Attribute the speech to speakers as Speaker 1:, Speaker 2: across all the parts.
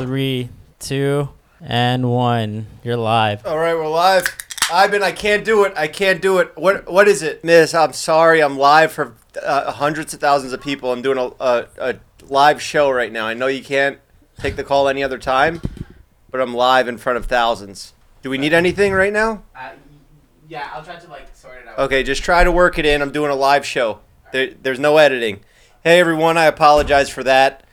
Speaker 1: three, two, and one. You're live.
Speaker 2: All right, we're live. Ivan, I can't do it. I can't do it. What What is it, Miss? I'm sorry. I'm live for uh, hundreds of thousands of people. I'm doing a, a a live show right now. I know you can't take the call any other time, but I'm live in front of thousands. Do we need anything right now?
Speaker 3: Uh, yeah, I'll try to like sort it out.
Speaker 2: Okay, just try to work it in. I'm doing a live show. There, there's no editing. Hey everyone, I apologize for that.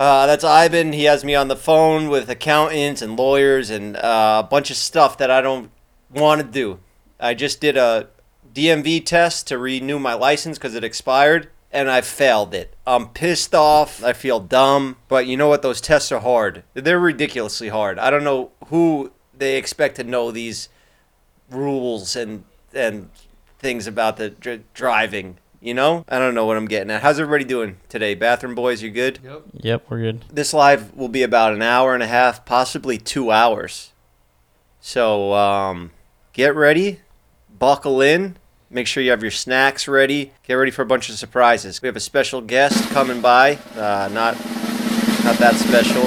Speaker 2: Uh, that's Ivan. He has me on the phone with accountants and lawyers and uh, a bunch of stuff that I don't want to do. I just did a DMV test to renew my license because it expired and I failed it. I'm pissed off. I feel dumb. But you know what? Those tests are hard. They're ridiculously hard. I don't know who they expect to know these rules and and things about the dr- driving. You know, I don't know what I'm getting at. How's everybody doing today? Bathroom boys, you good?
Speaker 3: Yep.
Speaker 1: Yep, we're good.
Speaker 2: This live will be about an hour and a half, possibly two hours. So um, get ready, buckle in, make sure you have your snacks ready. Get ready for a bunch of surprises. We have a special guest coming by. Uh, not not that special.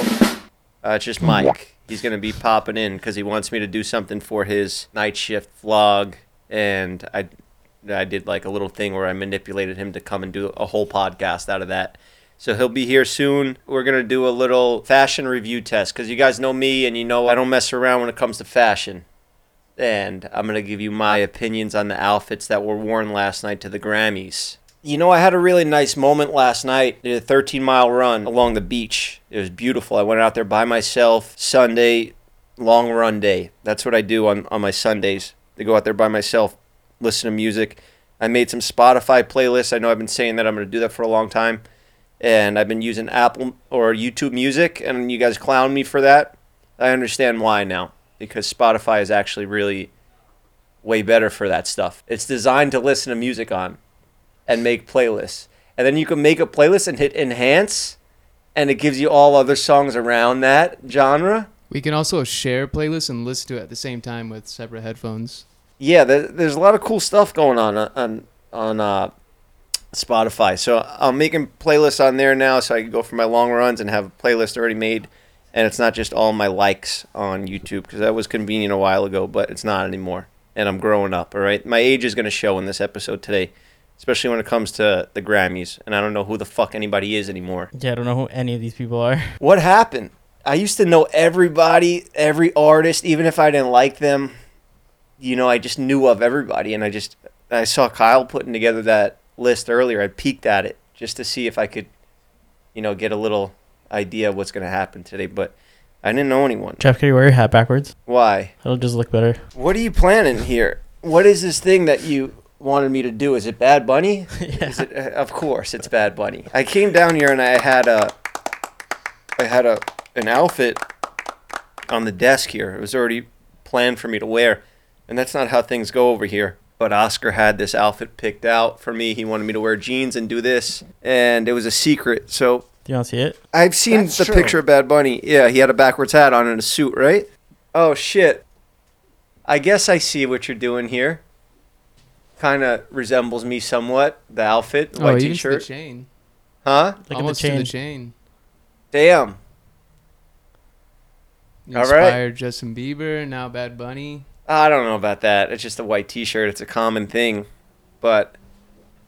Speaker 2: Uh, it's just Mike. He's gonna be popping in because he wants me to do something for his night shift vlog, and I I did like a little thing where I manipulated him to come and do a whole podcast out of that. So he'll be here soon. We're gonna do a little fashion review test because you guys know me and you know I don't mess around when it comes to fashion. And I'm gonna give you my opinions on the outfits that were worn last night to the Grammys. You know, I had a really nice moment last night. Did a 13 mile run along the beach. It was beautiful. I went out there by myself Sunday, long run day. That's what I do on, on my Sundays. To go out there by myself, listen to music. I made some Spotify playlists. I know I've been saying that I'm going to do that for a long time. And I've been using Apple or YouTube Music, and you guys clown me for that. I understand why now because Spotify is actually really way better for that stuff. It's designed to listen to music on and make playlists. And then you can make a playlist and hit enhance, and it gives you all other songs around that genre.
Speaker 3: We can also share playlists and listen to it at the same time with separate headphones.
Speaker 2: yeah, there, there's a lot of cool stuff going on on on uh, Spotify. So I'm making playlists on there now, so I can go for my long runs and have a playlist already made, and it's not just all my likes on YouTube because that was convenient a while ago, but it's not anymore. And I'm growing up. All right, my age is going to show in this episode today, especially when it comes to the Grammys, and I don't know who the fuck anybody is anymore.
Speaker 1: Yeah, I don't know who any of these people are.
Speaker 2: What happened? I used to know everybody, every artist, even if I didn't like them. You know, I just knew of everybody, and I just I saw Kyle putting together that list earlier. I peeked at it just to see if I could, you know, get a little idea of what's going to happen today. But I didn't know anyone.
Speaker 1: Jeff, can you wear your hat backwards?
Speaker 2: Why?
Speaker 1: It'll just look better.
Speaker 2: What are you planning here? What is this thing that you wanted me to do? Is it Bad Bunny?
Speaker 1: Yeah.
Speaker 2: Is it, uh, of course, it's Bad Bunny. I came down here and I had a, I had a an outfit on the desk here. It was already planned for me to wear, and that's not how things go over here. But Oscar had this outfit picked out for me. He wanted me to wear jeans and do this, and it was a secret. So
Speaker 1: Do you want to see it?
Speaker 2: I've seen
Speaker 4: That's
Speaker 2: the
Speaker 4: true.
Speaker 2: picture of Bad Bunny. Yeah, he had a backwards hat on and a suit, right? Oh shit. I guess I see what you're doing here. Kind of resembles me somewhat. The outfit, the
Speaker 3: oh,
Speaker 2: white
Speaker 3: even to the
Speaker 2: t-shirt,
Speaker 3: chain.
Speaker 2: huh?
Speaker 1: Look
Speaker 3: Almost
Speaker 1: at
Speaker 3: to
Speaker 1: the
Speaker 3: the
Speaker 1: chain.
Speaker 3: chain.
Speaker 2: Damn. All right.
Speaker 3: Inspired Justin Bieber, now Bad Bunny.
Speaker 2: I don't know about that. It's just a white T-shirt. It's a common thing, but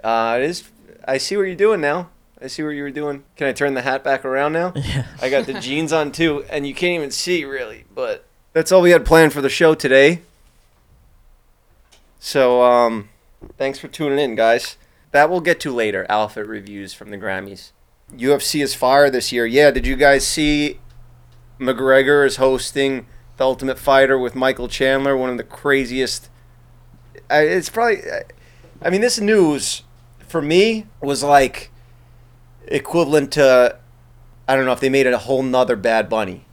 Speaker 2: uh, it is. I see what you're doing now. I see what you were doing. Can I turn the hat back around now?
Speaker 1: Yeah.
Speaker 2: I got the jeans on too, and you can't even see really, but that's all we had planned for the show today. So, um, thanks for tuning in, guys. That we'll get to later. Outfit reviews from the Grammys. UFC is fire this year. Yeah, did you guys see McGregor is hosting The Ultimate Fighter with Michael Chandler, one of the craziest. I, it's probably. I, I mean, this news for me was like equivalent to I don't know if they made it a whole nother Bad Bunny,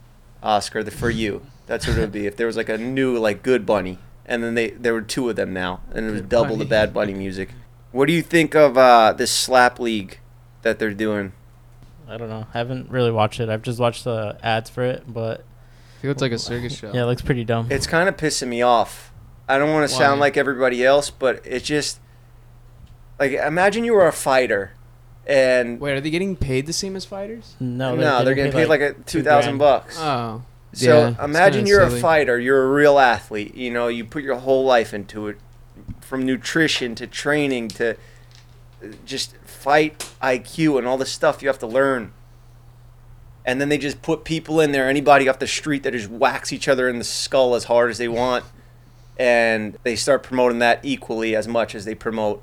Speaker 2: Oscar. The for you. That's what it would be if there was like a new like Good Bunny, and then they there were two of them now, and it was
Speaker 3: Good
Speaker 2: double the
Speaker 3: Bunny.
Speaker 2: Bad Bunny music. What do you think of uh, this slap league that they're doing?
Speaker 1: I don't know. I haven't really watched it. I've just watched the ads for it, but
Speaker 3: Feels like a circus show.
Speaker 1: yeah, it looks pretty dumb.
Speaker 2: It's kind of pissing me off. I don't want to
Speaker 3: Why?
Speaker 2: sound like everybody else, but it just like imagine you were a fighter and
Speaker 3: Wait, are they getting paid the same as fighters?
Speaker 1: No,
Speaker 2: no, they're getting paid like, a two
Speaker 1: grand.
Speaker 2: thousand bucks.
Speaker 3: Oh,
Speaker 2: So
Speaker 3: Yeah, it's
Speaker 2: imagine
Speaker 3: kinda
Speaker 2: you're
Speaker 3: silly.
Speaker 2: a fighter, you're a real athlete. You know, you put your whole life into it, from nutrition to training to uh, just fight IQ and all the stuff you have to learn. And then they just put people in there, anybody off the street that just whacks each other in the skull as hard as they want, and they start promoting that equally as much as they promote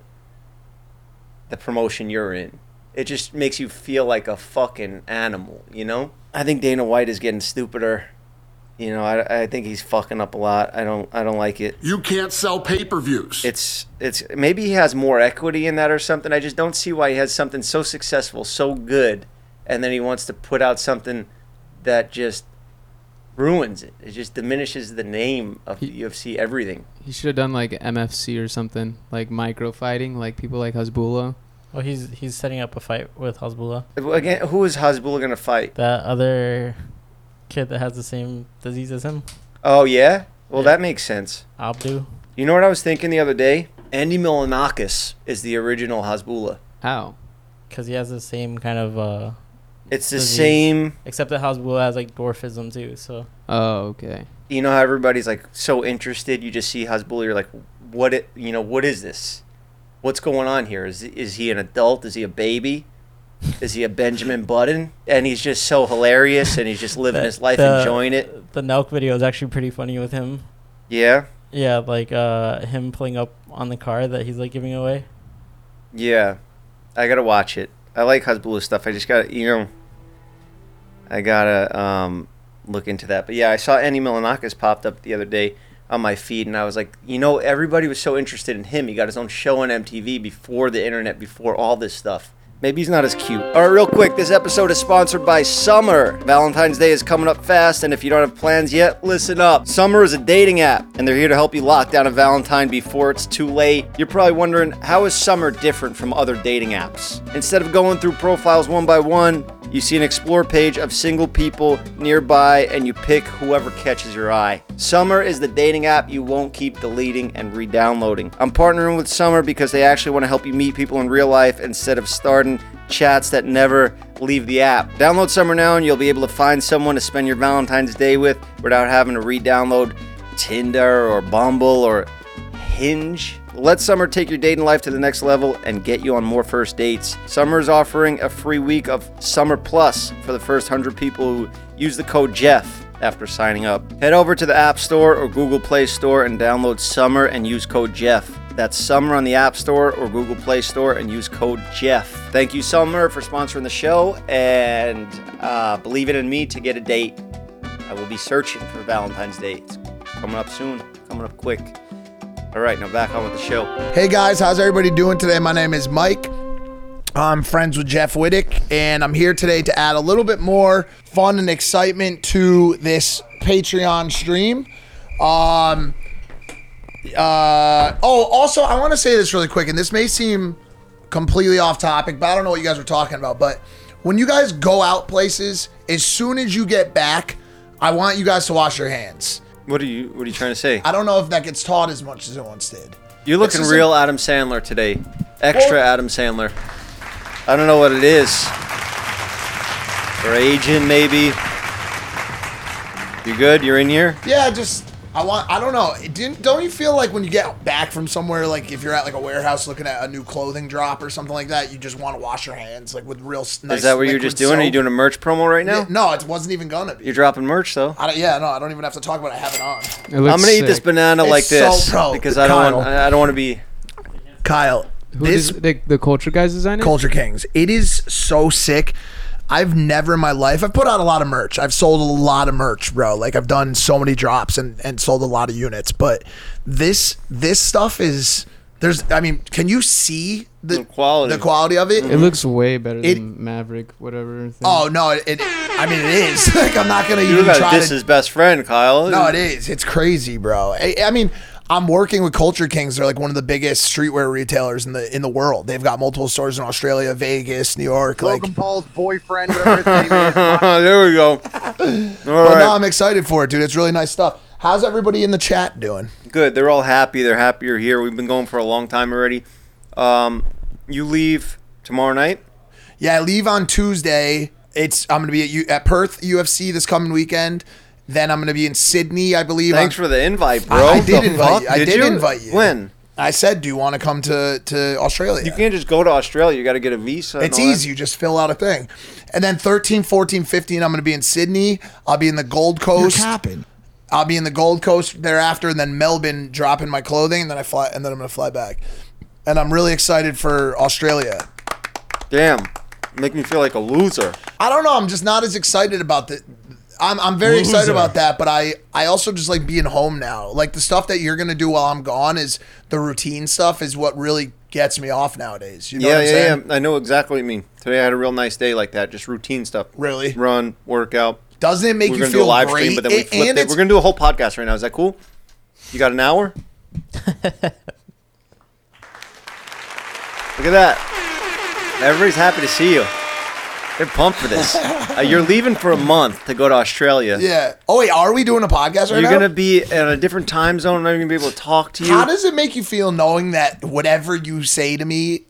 Speaker 2: the promotion you're in. It just makes you feel like a fucking animal, you know? I think Dana White is getting stupider. You know, I, I think he's fucking up a lot. I don't I don't like it.
Speaker 4: You can't sell pay per views.
Speaker 2: It's it's maybe he has more equity in that or something. I just don't see why he has something so successful, so good, and then he wants to put out something that just ruins it. It just diminishes the name of the UFC everything.
Speaker 3: he should have done like MFC or something, like micro fighting, like people like Hasbullah.
Speaker 1: Well, he's he's setting up a fight with Hezbollah.
Speaker 2: Again, who is Hasbullah going to fight?
Speaker 1: That other kid that has the same disease as him,
Speaker 2: Oh yeah? Well,
Speaker 1: Yeah.
Speaker 2: that makes sense.
Speaker 1: Abdu.
Speaker 2: You know what I was thinking the other day? Andy Milanakis is the original Hasbullah.
Speaker 3: How?
Speaker 1: Because he has the same kind of, uh,
Speaker 2: It's the
Speaker 1: Does he-
Speaker 2: same.
Speaker 1: except that Hezbollah has like dwarfism too. So
Speaker 3: Oh, okay.
Speaker 2: You know how everybody's like so interested. You just see Hasbullah. You're like, what? It, you know, what is this? What's going on here? Is is he an adult? Is he a baby? Is he a Benjamin Button? And he's just so hilarious, and he's just living
Speaker 1: That- uh,
Speaker 2: his life,
Speaker 1: the-
Speaker 2: enjoying it.
Speaker 1: the Nelk video is actually pretty funny with him.
Speaker 2: Yeah,
Speaker 1: Yeah, like uh, him pulling up on the car that he's like giving away.
Speaker 2: yeah. I gotta watch it. I like Hasbullah stuff. I just gotta, you know, I gotta um, look into that. But yeah, I saw Andy Milanakis popped up the other day on my feed, and I was like, you know, everybody was so interested in him. He got his own show on MTV before the internet, before all this stuff. Maybe he's not as cute. All right, real quick, this episode is sponsored by Summer. Valentine's Day is coming up fast, and if you don't have plans yet, listen up. Summer is a dating app, and they're here to help you lock down a Valentine before it's too late. You're probably wondering, how is Summer different from other dating apps? Instead of going through profiles one by one, you see an explore page of single people nearby and you pick whoever catches your eye. Summer is the dating app you won't keep deleting and re downloading. I'm partnering with Summer because they actually want to help you meet people in real life instead of starting chats that never leave the app. Download Summer now and you'll be able to find someone to spend your Valentine's Day with without having to re download Tinder or Bumble or Hinge. Let Summer take your dating life to the next level and get you on more first dates. Summer is offering a free week of Summer Plus for the first 100 people who use the code Jeff after signing up. Head over to the App Store or Google Play Store and download Summer and use code Jeff. That's Summer on the App Store or Google Play Store and use code Jeff. Thank you, Summer, for sponsoring the show and uh, believe it in me to get a date. I will be searching for Valentine's Day. It's coming up soon, coming up quick. All right, now back on with the show.
Speaker 5: Hey guys, how's everybody doing today? My name is Mike. I'm friends with Jeff Wittick, and I'm here today to add a little bit more fun and excitement to this Patreon stream. Um, uh, oh, also, I want to say this really quick, and this may seem completely off topic, but I don't know what you guys were talking about. But when you guys go out places, as soon as you get back, I want you guys to wash your hands.
Speaker 2: What are you What are you trying to say?
Speaker 5: I don't know if that gets taught as much as it once did.
Speaker 2: You're looking
Speaker 5: this is
Speaker 2: real Adam Sandler today, extra
Speaker 5: Well-
Speaker 2: Adam Sandler. I don't know what it is. Or aging, maybe. You good? You're in here.
Speaker 5: Yeah, just I want. I don't know. It didn't don't you feel like when you get back from somewhere, like if you're at like a warehouse looking at a new clothing drop or something like that, you just want to wash your hands like with real. s- Nice
Speaker 2: Is that what you're just doing? Are you doing a merch promo right now?
Speaker 5: no? No, it wasn't even gonna be.
Speaker 2: You're dropping merch though.
Speaker 5: I don't, yeah, no, I don't even have to talk about. It. I have it on.
Speaker 3: It looks
Speaker 2: I'm gonna eat this
Speaker 3: sick.
Speaker 2: banana
Speaker 5: It's
Speaker 2: like this
Speaker 5: so pro-
Speaker 2: because I don't want.
Speaker 5: Kyle.
Speaker 2: I I don't want to be.
Speaker 5: Kyle,
Speaker 3: Who
Speaker 5: this
Speaker 3: did- the, the culture guys designed it?
Speaker 5: Culture Kings. It is so sick. I've never in my life. I've put out a lot of merch. I've sold a lot of merch, bro. Like I've done so many drops and and sold a lot of units. But this this stuff is there's. I mean, can you see the,
Speaker 2: The quality. Mm-hmm.
Speaker 5: The quality of it.
Speaker 3: It looks way better
Speaker 5: It-
Speaker 3: than Maverick, whatever. Thing.
Speaker 5: oh no! It, it. I mean, it is. Like I'm not gonna
Speaker 2: You
Speaker 5: even
Speaker 2: got
Speaker 5: try
Speaker 2: this
Speaker 5: to.
Speaker 2: is best friend, Kyle.
Speaker 5: No, it is. It's crazy, bro. I, I mean, I'm working with Culture Kings. They're like one of the biggest streetwear retailers in the in the world. They've got multiple stores in Australia, Vegas, New York. like
Speaker 6: Logan Paul's boyfriend, whatever his name is.
Speaker 2: there we go. All
Speaker 5: But
Speaker 2: right.
Speaker 5: no, I'm excited for it, dude. It's really nice stuff. How's everybody in the chat doing?
Speaker 2: good. They're all happy. They're happy you're here. We've been going for a long time already. Um, you leave tomorrow night.
Speaker 5: Yeah, I leave on Tuesday. It's I'm gonna be at U- at Perth UFC this coming weekend. Then I'm gonna be in Sydney, I believe.
Speaker 2: Thanks
Speaker 5: on-
Speaker 2: for the invite, bro.
Speaker 5: I- I did
Speaker 2: The
Speaker 5: invite
Speaker 2: fuck?
Speaker 5: you. I did invite you.
Speaker 2: When?
Speaker 5: I said, do you want to come to to Australia?
Speaker 2: You can't just go to Australia. You got to get a visa. and
Speaker 5: It's
Speaker 2: all that.
Speaker 5: easy. You just fill out a thing. And then 13, 14, 15, I'm going to be in Sydney. I'll be in the Gold Coast.
Speaker 7: capping.
Speaker 5: I'll be in the Gold Coast thereafter, and then Melbourne dropping my clothing, and then I fly, and then I'm going to fly back. And I'm really excited for Australia.
Speaker 2: Damn. Make me feel like a loser.
Speaker 5: I don't know. I'm just not as excited about the. I'm, I'm very excited
Speaker 7: Loser.
Speaker 5: about that, but I, I also just like being home now. Like the stuff that you're gonna do while I'm gone is the routine stuff is what really gets me off nowadays. You know
Speaker 2: yeah,
Speaker 5: what I'm
Speaker 2: yeah,
Speaker 5: saying?
Speaker 2: yeah. I know exactly what you mean. Today I had a real nice day like that. Just routine stuff.
Speaker 5: Really?
Speaker 2: Run, workout.
Speaker 5: Doesn't it make
Speaker 2: We're
Speaker 5: you
Speaker 2: gonna
Speaker 5: feel
Speaker 2: do a live
Speaker 5: great?
Speaker 2: stream, but then we
Speaker 5: It-
Speaker 2: flipped
Speaker 5: and
Speaker 2: it.
Speaker 5: it's-
Speaker 2: We're gonna do a whole podcast right now. Is that cool? You got an hour? Look at that. Everybody's happy to see you. They're pumped for this. Uh, you're leaving for a month to go to Australia.
Speaker 5: Yeah. Oh wait, are we doing a podcast
Speaker 2: You're
Speaker 5: right now?
Speaker 2: gonna be in a different time zone. I'm not even gonna be able to talk to you.
Speaker 5: How does it make you feel knowing that whatever you say to me,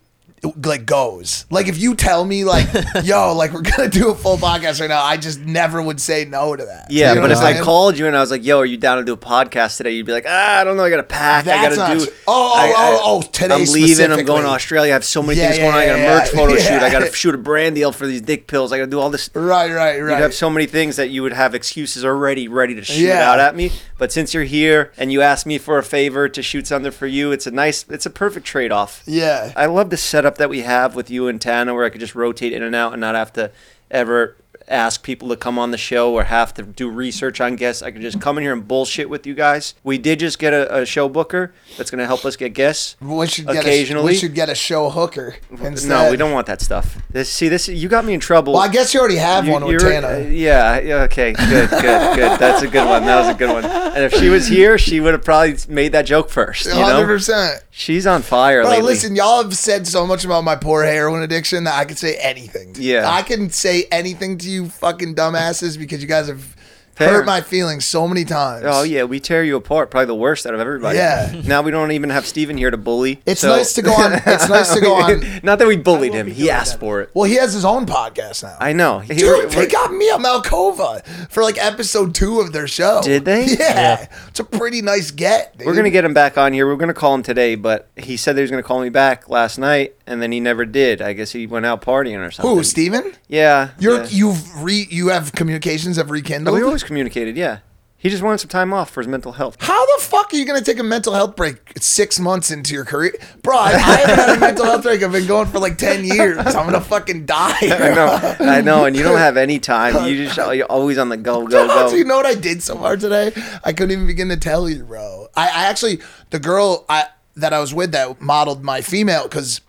Speaker 5: it, like goes? Like if you tell me like, yo, like we're gonna do a full podcast right now, I just never would say no to that.
Speaker 2: yeah,
Speaker 5: You know
Speaker 2: but
Speaker 5: what
Speaker 2: if
Speaker 5: I'm
Speaker 2: I
Speaker 5: saying?
Speaker 2: called you and I was like, "Yo, are you down to do a podcast today?" You'd be like, "Ah, I don't know. I gotta pack.
Speaker 5: That's
Speaker 2: I gotta
Speaker 5: not
Speaker 2: do."
Speaker 5: true. Oh, oh,
Speaker 2: I- I-
Speaker 5: oh, oh, today
Speaker 2: I'm leaving. I'm going
Speaker 5: specifically.
Speaker 2: to Australia. I have so many
Speaker 5: Yeah,
Speaker 2: things
Speaker 5: yeah,
Speaker 2: going on. I got a
Speaker 5: yeah,
Speaker 2: merch
Speaker 5: yeah.
Speaker 2: photo shoot.
Speaker 5: Yeah.
Speaker 2: I got to shoot a brand deal for these dick pills. I got to do all this.
Speaker 5: right, right, right.
Speaker 2: You'd have so many things that you would have excuses already ready to shoot
Speaker 5: Yeah.
Speaker 2: out at me. But since you're here and you asked me for a favor to shoot something for you, it's a nice, it's a perfect trade off.
Speaker 5: yeah.
Speaker 2: I love the setup that we have with you and Tana, where I could just rotate in and out and not have to ever ask people to come on the show or have to do research on guests. I could just come in here and bullshit with you guys. We did just get a, a show booker that's going to help us get guests.
Speaker 5: we should get a,
Speaker 2: occasionally.
Speaker 5: we should get a show hooker instead.
Speaker 2: No, we don't want that stuff. This, see, this you got me in trouble.
Speaker 5: Well, I guess you already have one with
Speaker 2: you're-
Speaker 5: Tana.
Speaker 2: uh, yeah, yeah, okay, good, good, good. That's a good one. That was a good one. And if she was here, she would have probably made that joke first. You
Speaker 5: Hundred
Speaker 2: know,
Speaker 5: percent.
Speaker 2: she's on fire
Speaker 5: Bro,
Speaker 2: lately.
Speaker 5: listen, y'all have said so much about my poor heroin addiction that I could say anything. To you.
Speaker 2: Yeah.
Speaker 5: I can say anything to you fucking dumbasses because you guys have
Speaker 2: Fair.
Speaker 5: hurt my feelings so many times.
Speaker 2: Oh yeah, we tear you apart. Probably the worst out of everybody.
Speaker 5: Yeah.
Speaker 2: Now we don't even have Steven here to bully.
Speaker 5: It's
Speaker 2: so-
Speaker 5: nice to go on. It's nice to go on.
Speaker 2: Not that we bullied him. He asked for it.
Speaker 5: Well, he has his own podcast now.
Speaker 2: I know. He- we're-
Speaker 5: Dude, they got Mia Malkova for like episode two of their show.
Speaker 2: Did they?
Speaker 5: Yeah.
Speaker 1: Yeah.
Speaker 5: It's a pretty nice get, dude.
Speaker 2: We're gonna get him back on here. We're gonna call him today, but he said he was gonna call me back last night, and then he never did. I guess he went out partying or something.
Speaker 5: Who, Steven?
Speaker 2: Yeah.
Speaker 5: You're
Speaker 2: yeah.
Speaker 5: you've re you have communications have rekindled.
Speaker 2: We always communicated. Yeah. He just wanted some time off for his mental health.
Speaker 5: How the fuck are you going to take a mental health break six months into your career? Bro, I, I haven't had a mental health break. I've been going for like 10 years. I'm going to fucking die.
Speaker 2: I know. I know. And you don't have any time. You just you're always on the go, go, go.
Speaker 5: Do you know what I did so far today? I couldn't even begin to tell you, bro. I, I actually, the girl I that I was with that modeled my female, because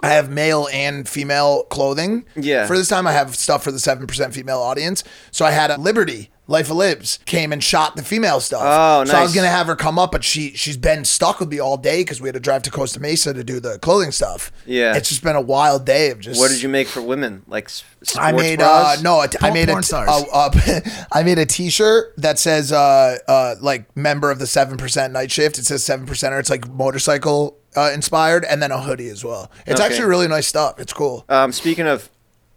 Speaker 5: I have male and female clothing.
Speaker 2: Yeah.
Speaker 5: For this time, I have stuff for the 7% female audience. So I had a Liberty. Life of Libs came and shot the female stuff.
Speaker 2: Oh,
Speaker 5: So I
Speaker 2: nice.
Speaker 5: was gonna have her come up, but she she's been stuck with me all day because we had to drive to Costa Mesa to do the clothing stuff.
Speaker 2: Yeah.
Speaker 5: it's just been a wild day of just.
Speaker 2: What did you make for women? Like s- sports
Speaker 5: I made
Speaker 2: bras?
Speaker 5: uh no a t- I
Speaker 7: Porn-
Speaker 5: made a,
Speaker 7: porn
Speaker 5: t-
Speaker 7: stars.
Speaker 5: a- a- I made a t-shirt that says uh uh like member of the 7% night shift it says 7% or it's like motorcycle uh, inspired and then a hoodie as well. It's
Speaker 2: Okay.
Speaker 5: actually really nice stuff. It's cool.
Speaker 2: Um, speaking of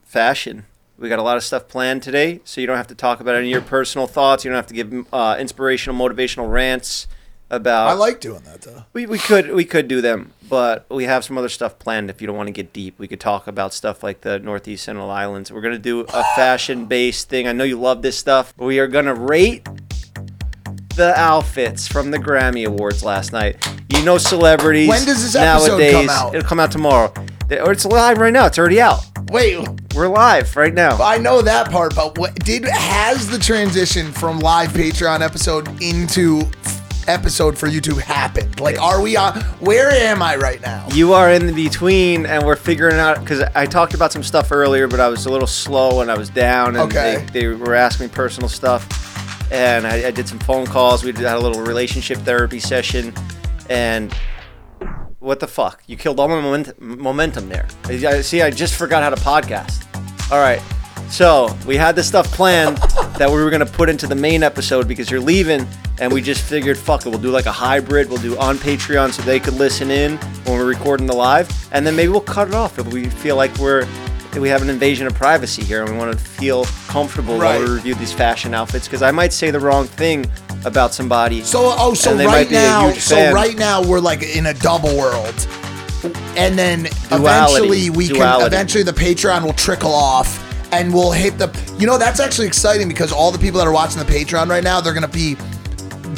Speaker 2: fashion, we got a lot of stuff planned today, so you don't have to talk about any of your personal thoughts. You don't have to give uh, inspirational, motivational rants about.
Speaker 5: I like doing that though.
Speaker 2: We, we could we could do them, but we have some other stuff planned. If you don't want to get deep, we could talk about stuff like the Northeast Sentinel Islands. We're gonna do a fashion based thing. I know you love this stuff. We are gonna rate the outfits from the Grammy Awards last night. You know celebrities.
Speaker 5: When does this episode come
Speaker 2: nowadays,
Speaker 5: out?
Speaker 2: It'll come out tomorrow. They- Or it's live right now. It's already out.
Speaker 5: Wait,
Speaker 2: We're live right now.
Speaker 5: I know that part, but what did has the transition from live Patreon episode into f- episode for YouTube happened? Like, are we on? Where am I right now?
Speaker 2: You are in the between, and we're figuring out because I talked about some stuff earlier, but I was a little slow and I was down, and
Speaker 5: Okay.
Speaker 2: they, they were asking me personal stuff, and I, I did some phone calls. We did- had a little relationship therapy session, and what the fuck? You killed all my moment, momentum there. I- I- See, I just forgot how to podcast. All right. So we had this stuff planned that we were gonna put into the main episode because you're leaving, and we just figured, fuck it, we'll do like a hybrid. We'll do on Patreon so they could listen in when we're recording the live, and then maybe we'll cut it off if we feel like we're we have an invasion of privacy here and we want to feel comfortable while
Speaker 5: Right.
Speaker 2: we review these fashion outfits because I might say the wrong thing about somebody.
Speaker 5: So oh, so
Speaker 2: and they
Speaker 5: right
Speaker 2: might be a
Speaker 5: now,
Speaker 2: huge
Speaker 5: so
Speaker 2: fan.
Speaker 5: right now we're like in a double world, and then
Speaker 2: Duality.
Speaker 5: eventually we
Speaker 2: Duality.
Speaker 5: can. Eventually, the Patreon will trickle off, and we'll hit the. You know, that's actually exciting because all the people that are watching the Patreon right now, they're gonna be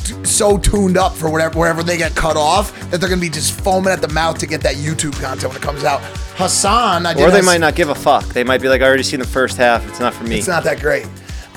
Speaker 5: t- so tuned up for whatever wherever they get cut off that they're gonna be just foaming at the mouth to get that YouTube content when it comes out. Hassan, I did
Speaker 2: or they
Speaker 5: Hass-
Speaker 2: might not give a fuck. They might be like, I already seen the first half. It's not for me.
Speaker 5: It's not that great.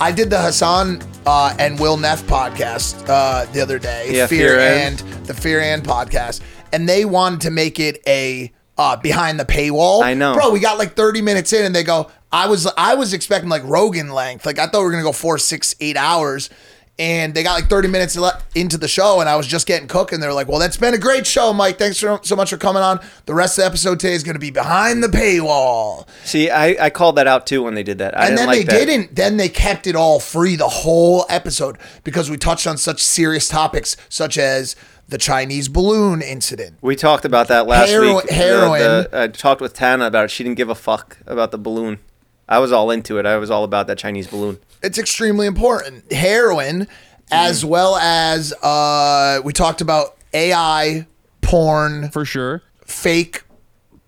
Speaker 5: I did the Hassan uh, and Will Neff podcast uh, the other day.
Speaker 2: Yeah, Fear and-
Speaker 5: the Fear and podcast, and they wanted to make it a uh, behind the paywall.
Speaker 2: I know.
Speaker 5: bro. We got like thirty minutes in, and they go, "I was I was expecting like Rogan length. Like I thought we were gonna go four, six, eight hours." And they got like 30 minutes le- into the show, and I was just getting cooked. And they were like, Well, that's been a great show, Mike. Thanks for, so much for coming on. The rest of the episode today is going to be behind the paywall.
Speaker 2: See, I, I called that out too when they did that. I
Speaker 5: And
Speaker 2: didn't
Speaker 5: then
Speaker 2: like
Speaker 5: they
Speaker 2: that.
Speaker 5: didn't. Then they kept it all free the whole episode because we touched on such serious topics such as the Chinese balloon incident.
Speaker 2: We talked about that last
Speaker 5: Hero-
Speaker 2: week. The-
Speaker 5: heroin.
Speaker 2: the- I talked with Tana about it. She didn't give a fuck about the balloon. I was all into it. I was all about that Chinese balloon.
Speaker 5: It's extremely important. Heroin,
Speaker 2: Mm-hmm.
Speaker 5: as well as uh, we talked about AI porn,
Speaker 3: for sure.
Speaker 5: fake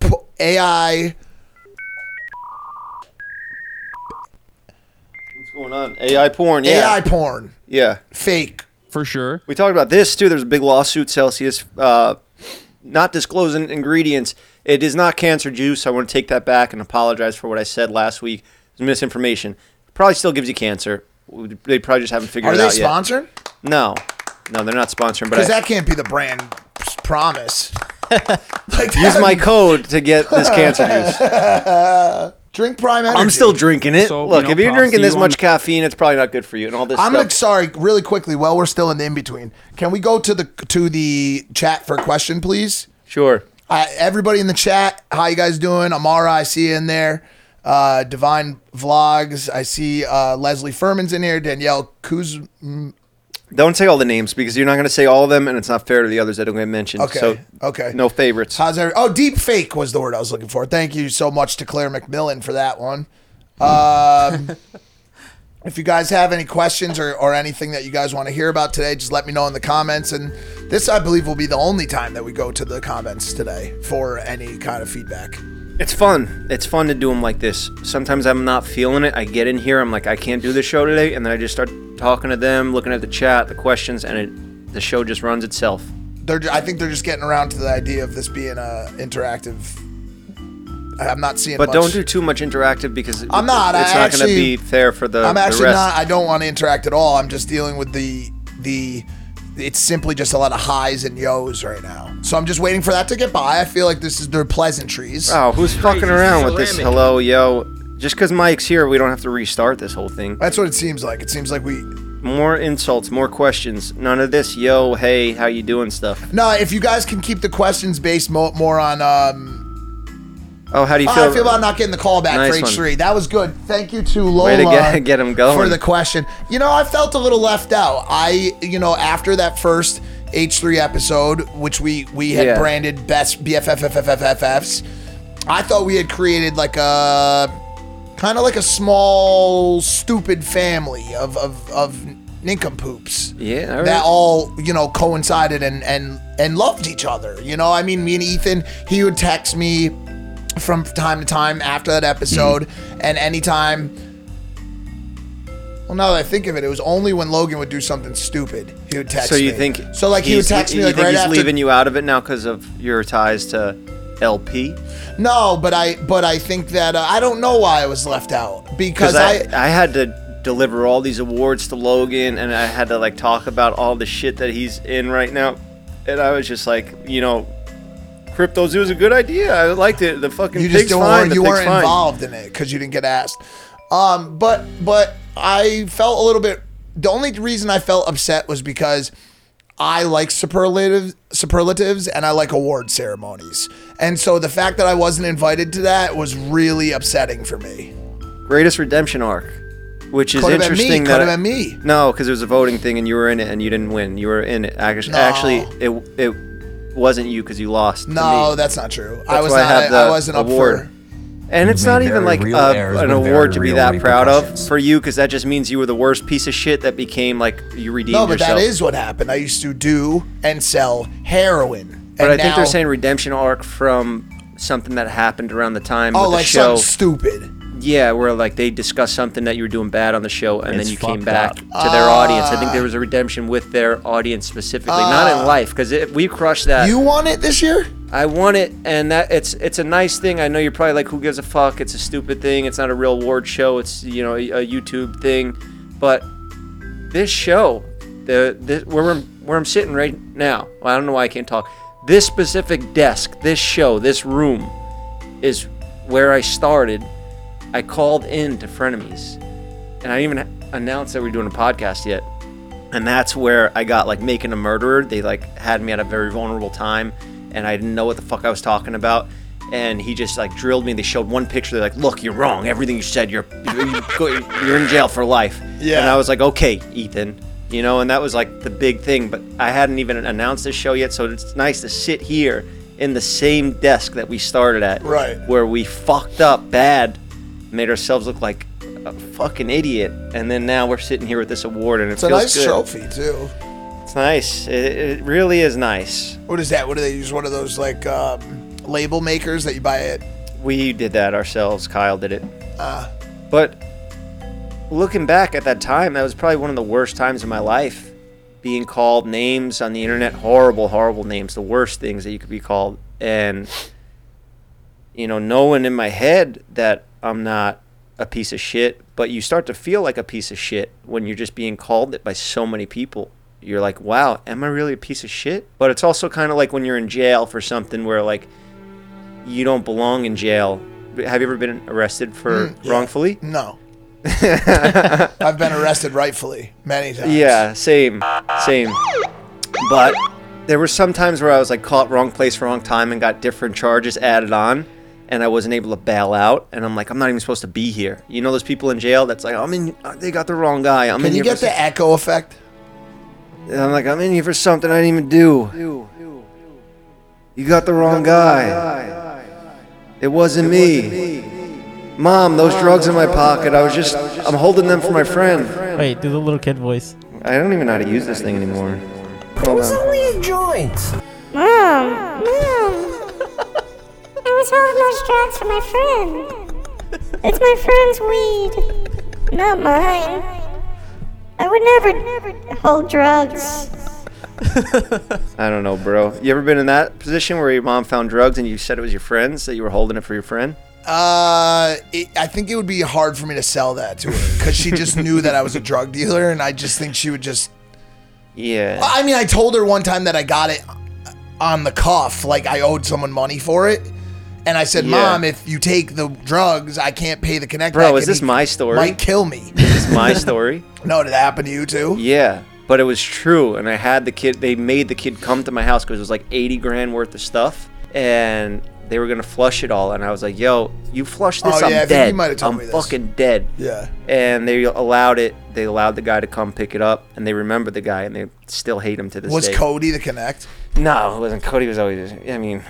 Speaker 5: po- AI.
Speaker 2: What's going on? AI porn. Yeah.
Speaker 5: AI porn,
Speaker 2: Yeah.
Speaker 5: fake.
Speaker 3: For sure.
Speaker 2: We talked about this too. There's a big lawsuit. Celsius uh, not disclosing ingredients. It is not cancer juice. I want to take that back and apologize for what I said last week. It was misinformation. Probably still gives you cancer. They probably just haven't figured
Speaker 5: Are
Speaker 2: it
Speaker 5: they
Speaker 2: out yet.
Speaker 5: sponsored?
Speaker 2: No, no, they're not sponsoring. But I,
Speaker 5: Because that can't be the brand promise. like
Speaker 2: use
Speaker 5: that-
Speaker 2: my code to get this cancer juice.
Speaker 5: drink prime energy.
Speaker 2: I'm still drinking it.
Speaker 3: So,
Speaker 2: Look,
Speaker 3: you know,
Speaker 2: if you're
Speaker 3: props
Speaker 2: drinking
Speaker 3: to
Speaker 2: this
Speaker 3: you
Speaker 2: much
Speaker 3: on-
Speaker 2: caffeine, it's probably not good for you. And all this
Speaker 5: I'm
Speaker 2: stuff.
Speaker 5: gonna, sorry, really quickly. While we're still in the in between, can we go to the to the chat for a question, please?
Speaker 2: sure.
Speaker 5: Uh, everybody in the chat, how you guys doing? Amara, I see you in there. Uh, Divine Vlogs, I see uh, Leslie Furman's in here. Danielle Kuz.
Speaker 2: Don't say all the names because you're not gonna say all of them, and it's not fair to the others that don't get mentioned.
Speaker 5: Okay,
Speaker 2: So,
Speaker 5: okay.
Speaker 2: No favorites.
Speaker 5: How's every? Oh, deep fake was the word I was looking for. Thank you so much to Claire McMillan for that one. Um, if you guys have any questions or, or anything that you guys want to hear about today, just let me know in the comments. And this, I believe, will be the only time that we go to the comments today for any kind of feedback.
Speaker 2: It's fun. It's fun to do them like this. Sometimes I'm not feeling it. I get in here. I'm like, I can't do the show today, and then I just start talking to them, looking at the chat, the questions, and it, the show just runs itself.
Speaker 5: They're, ju- I think they're just getting around to the idea of this being a interactive. I'm not seeing.
Speaker 2: But
Speaker 5: much.
Speaker 2: don't do too much interactive because it-
Speaker 5: I'm not. I
Speaker 2: It's not
Speaker 5: actually-
Speaker 2: gonna be fair for the.
Speaker 5: I'm
Speaker 2: the
Speaker 5: actually
Speaker 2: rest.
Speaker 5: not. I don't want to interact at all. I'm just dealing with the the. It's simply just a lot of highs and yo's right now. So I'm just waiting for that to get by. I feel like this is their pleasantries.
Speaker 2: Oh, who's fucking
Speaker 7: Crazy
Speaker 2: around with this?
Speaker 7: salami.
Speaker 2: Hello, yo. Just because Mike's here, we don't have to restart this whole thing.
Speaker 5: That's what it seems like. It seems like we.
Speaker 2: More insults, more questions. None of this, yo, hey, how you doing stuff.
Speaker 5: No, if you guys can keep the questions based mo- more on um,
Speaker 2: Oh, how do you feel?
Speaker 5: how I feel about not getting the call back
Speaker 2: Nice
Speaker 5: for
Speaker 2: one.
Speaker 5: H three. That was good. Thank you to Lola.
Speaker 2: Way to get- get 'em going.
Speaker 5: for the question. You know, I felt a little left out. I, you know, after that first H three episode, which we we had
Speaker 2: Yeah.
Speaker 5: branded best BFFFFFFs, I thought we had created like a kind of like a small stupid family of of of nincompoops.
Speaker 2: Yeah, all right.
Speaker 5: that all you know coincided and and and loved each other. You know, I mean, me and Ethan, he would text me from time to time after that episode,
Speaker 2: Mm-hmm.
Speaker 5: and anytime. Well, now that I think of it, it was only when Logan would do something stupid he would text.
Speaker 2: so you
Speaker 5: me.
Speaker 2: think?
Speaker 5: So like he would
Speaker 2: he's-
Speaker 5: text me
Speaker 2: you
Speaker 5: like
Speaker 2: think
Speaker 5: right
Speaker 2: he's
Speaker 5: after.
Speaker 2: leaving you out of it now because of your ties to LP.
Speaker 5: No, but I but I think that uh, I don't know why I was left out because
Speaker 2: Because I,
Speaker 5: I
Speaker 2: I had to deliver all these awards to Logan, and I had to like talk about all the shit that he's in right now, and I was just like, you know, cryptos. It was a good idea. I liked it. The fucking
Speaker 5: you just
Speaker 2: pig's
Speaker 5: don't
Speaker 2: fine.
Speaker 5: weren't,
Speaker 2: The
Speaker 5: you
Speaker 2: pig's
Speaker 5: weren't
Speaker 2: fine.
Speaker 5: involved in it because you didn't get asked. Um, but but I felt a little bit. The only reason I felt upset was because I like superlatives, superlatives, and I like award ceremonies, and so the fact that I wasn't invited to that was really upsetting for me.
Speaker 2: Greatest Redemption arc, which is
Speaker 5: Could have been me.
Speaker 2: interesting.
Speaker 5: Could
Speaker 2: that
Speaker 5: have been me.
Speaker 2: No, because it was a voting thing, and you were in it, and you didn't win. You were in it. Actually,
Speaker 5: No.
Speaker 2: actually, it it wasn't you because you lost. to
Speaker 5: No,
Speaker 2: me.
Speaker 5: that's not true. I
Speaker 2: That's
Speaker 5: was
Speaker 2: why I
Speaker 5: not.
Speaker 2: had
Speaker 5: I, I
Speaker 2: the
Speaker 5: wasn't
Speaker 2: award.
Speaker 5: up for.
Speaker 2: And it's
Speaker 7: made
Speaker 2: not even
Speaker 7: very
Speaker 2: like
Speaker 7: real
Speaker 2: a,
Speaker 7: errors
Speaker 2: an
Speaker 7: with very
Speaker 2: award to be
Speaker 7: real
Speaker 2: that proud of
Speaker 7: repercussions.
Speaker 2: for you because that just means you were the worst piece of shit that became like you redeemed
Speaker 5: No, but
Speaker 2: yourself.
Speaker 5: that is what happened. I used to do and sell heroin.
Speaker 2: But
Speaker 5: and
Speaker 2: I think
Speaker 5: now-
Speaker 2: they're saying redemption arc from something that happened around the time
Speaker 5: oh,
Speaker 2: with the
Speaker 5: like
Speaker 2: show.
Speaker 5: something stupid.
Speaker 2: Yeah, where like they discussed something that you were doing bad on the show, and
Speaker 1: It's
Speaker 2: then you came
Speaker 1: fucked
Speaker 2: back
Speaker 1: up.
Speaker 2: to their audience. I think
Speaker 5: Ah.
Speaker 2: there was a redemption with their audience specifically, not in life, because we crushed that.
Speaker 5: You want it this year?
Speaker 2: I want it, and that it's it's a nice thing. I know you're probably like, who gives a fuck? It's a stupid thing. It's not a real award show. It's you know a, a YouTube thing, but this show, the this, where I'm where I'm sitting right now. Well, I don't know why I can't talk. This specific desk, this show, this room, is where I started. I called in to frenemies, and I didn't even announced that we are doing a podcast yet and that's where I got like making a murderer. They like had me at a very vulnerable time, and I didn't know what the fuck I was talking about. And he just like drilled me. They showed one picture. They're like, "Look, you're wrong. Everything you said, you're you- you're in jail for life."
Speaker 5: Yeah.
Speaker 2: And I was like, "Okay, Ethan," you know. And that was like the big thing. But I hadn't even announced this show yet, so it's nice to sit here in the same desk that we started at,
Speaker 5: Right.
Speaker 2: Where we fucked up bad, made ourselves look like a fucking idiot, and then now we're sitting here with this award, and it
Speaker 5: It's a
Speaker 2: feels
Speaker 5: nice
Speaker 2: good.
Speaker 5: trophy too.
Speaker 2: It's nice. It, it really is nice.
Speaker 5: What is that? What do they use? One of those like um, label makers that you buy it.
Speaker 2: We did that ourselves. Kyle did it. but looking back at that time, that was probably one of the worst times of my life. Being called names on the internet, horrible, horrible names, the worst things that you could be called. And, you know, knowing in my head that I'm not a piece of shit, but you start to feel like a piece of shit when you're just being called it by so many people. You're like, wow, am I really a piece of shit? But it's also kind of like when you're in jail for something where, like, you don't belong in jail. Have you ever been arrested for
Speaker 5: Mm,
Speaker 2: wrongfully?
Speaker 5: No. I've been arrested rightfully many times.
Speaker 2: Yeah, same, same. But there were some times where I was like caught wrong place, wrong time, and got different charges added on, and I wasn't able to bail out. And I'm like, I'm not even supposed to be here. You know those people in jail that's like, I'm in. They got the wrong guy. I'm in
Speaker 5: Can you
Speaker 2: here
Speaker 5: get
Speaker 2: for
Speaker 5: the echo effect?
Speaker 2: some-" And I'm like, I'm in here for something I didn't even do. You got the wrong guy. It wasn't me. Mom, those drugs in my pocket. I was just, I'm holding them for my friend.
Speaker 1: Wait, do the little kid voice.
Speaker 2: I don't even know how to use this thing anymore. Hold on.
Speaker 8: Mom, mom. I was holding those drugs for my friend. It's my friend's weed, not mine. I would never hold drugs.
Speaker 2: I don't know, bro. You ever been in that position where your mom found drugs and you said it was your friends that you were holding it for your friend?
Speaker 5: Uh, it, I think it would be hard for me to sell that to her because she just knew that I was a drug dealer, and I just think she would just.
Speaker 2: Yeah.
Speaker 5: I mean, I told her one time that I got it on the cuff, like I owed someone money for it, and I said,
Speaker 2: Yeah.
Speaker 5: "Mom, if you take the drugs, I can't pay the connect."
Speaker 2: Bro,
Speaker 5: back,
Speaker 2: is
Speaker 5: and
Speaker 2: this
Speaker 5: he
Speaker 2: my story?
Speaker 5: Might kill me.
Speaker 2: It's my story.
Speaker 5: no, did that happen to you too?
Speaker 2: Yeah. But it was true. And I had the kid, they made the kid come to my house because it was like 80 grand worth of stuff. And they were going to flush it all. And I was like, yo, you flush this,
Speaker 5: Oh,
Speaker 2: I'm
Speaker 5: yeah, I think you
Speaker 2: dead.
Speaker 5: might have told
Speaker 2: I'm
Speaker 5: me this.
Speaker 2: fucking dead.
Speaker 5: Yeah.
Speaker 2: And they allowed it. They allowed the guy to come pick it up. And they remembered the guy and they still hate him to this
Speaker 5: Was
Speaker 2: day.
Speaker 5: Cody the connect?
Speaker 2: No, it wasn't. Cody was always. I mean,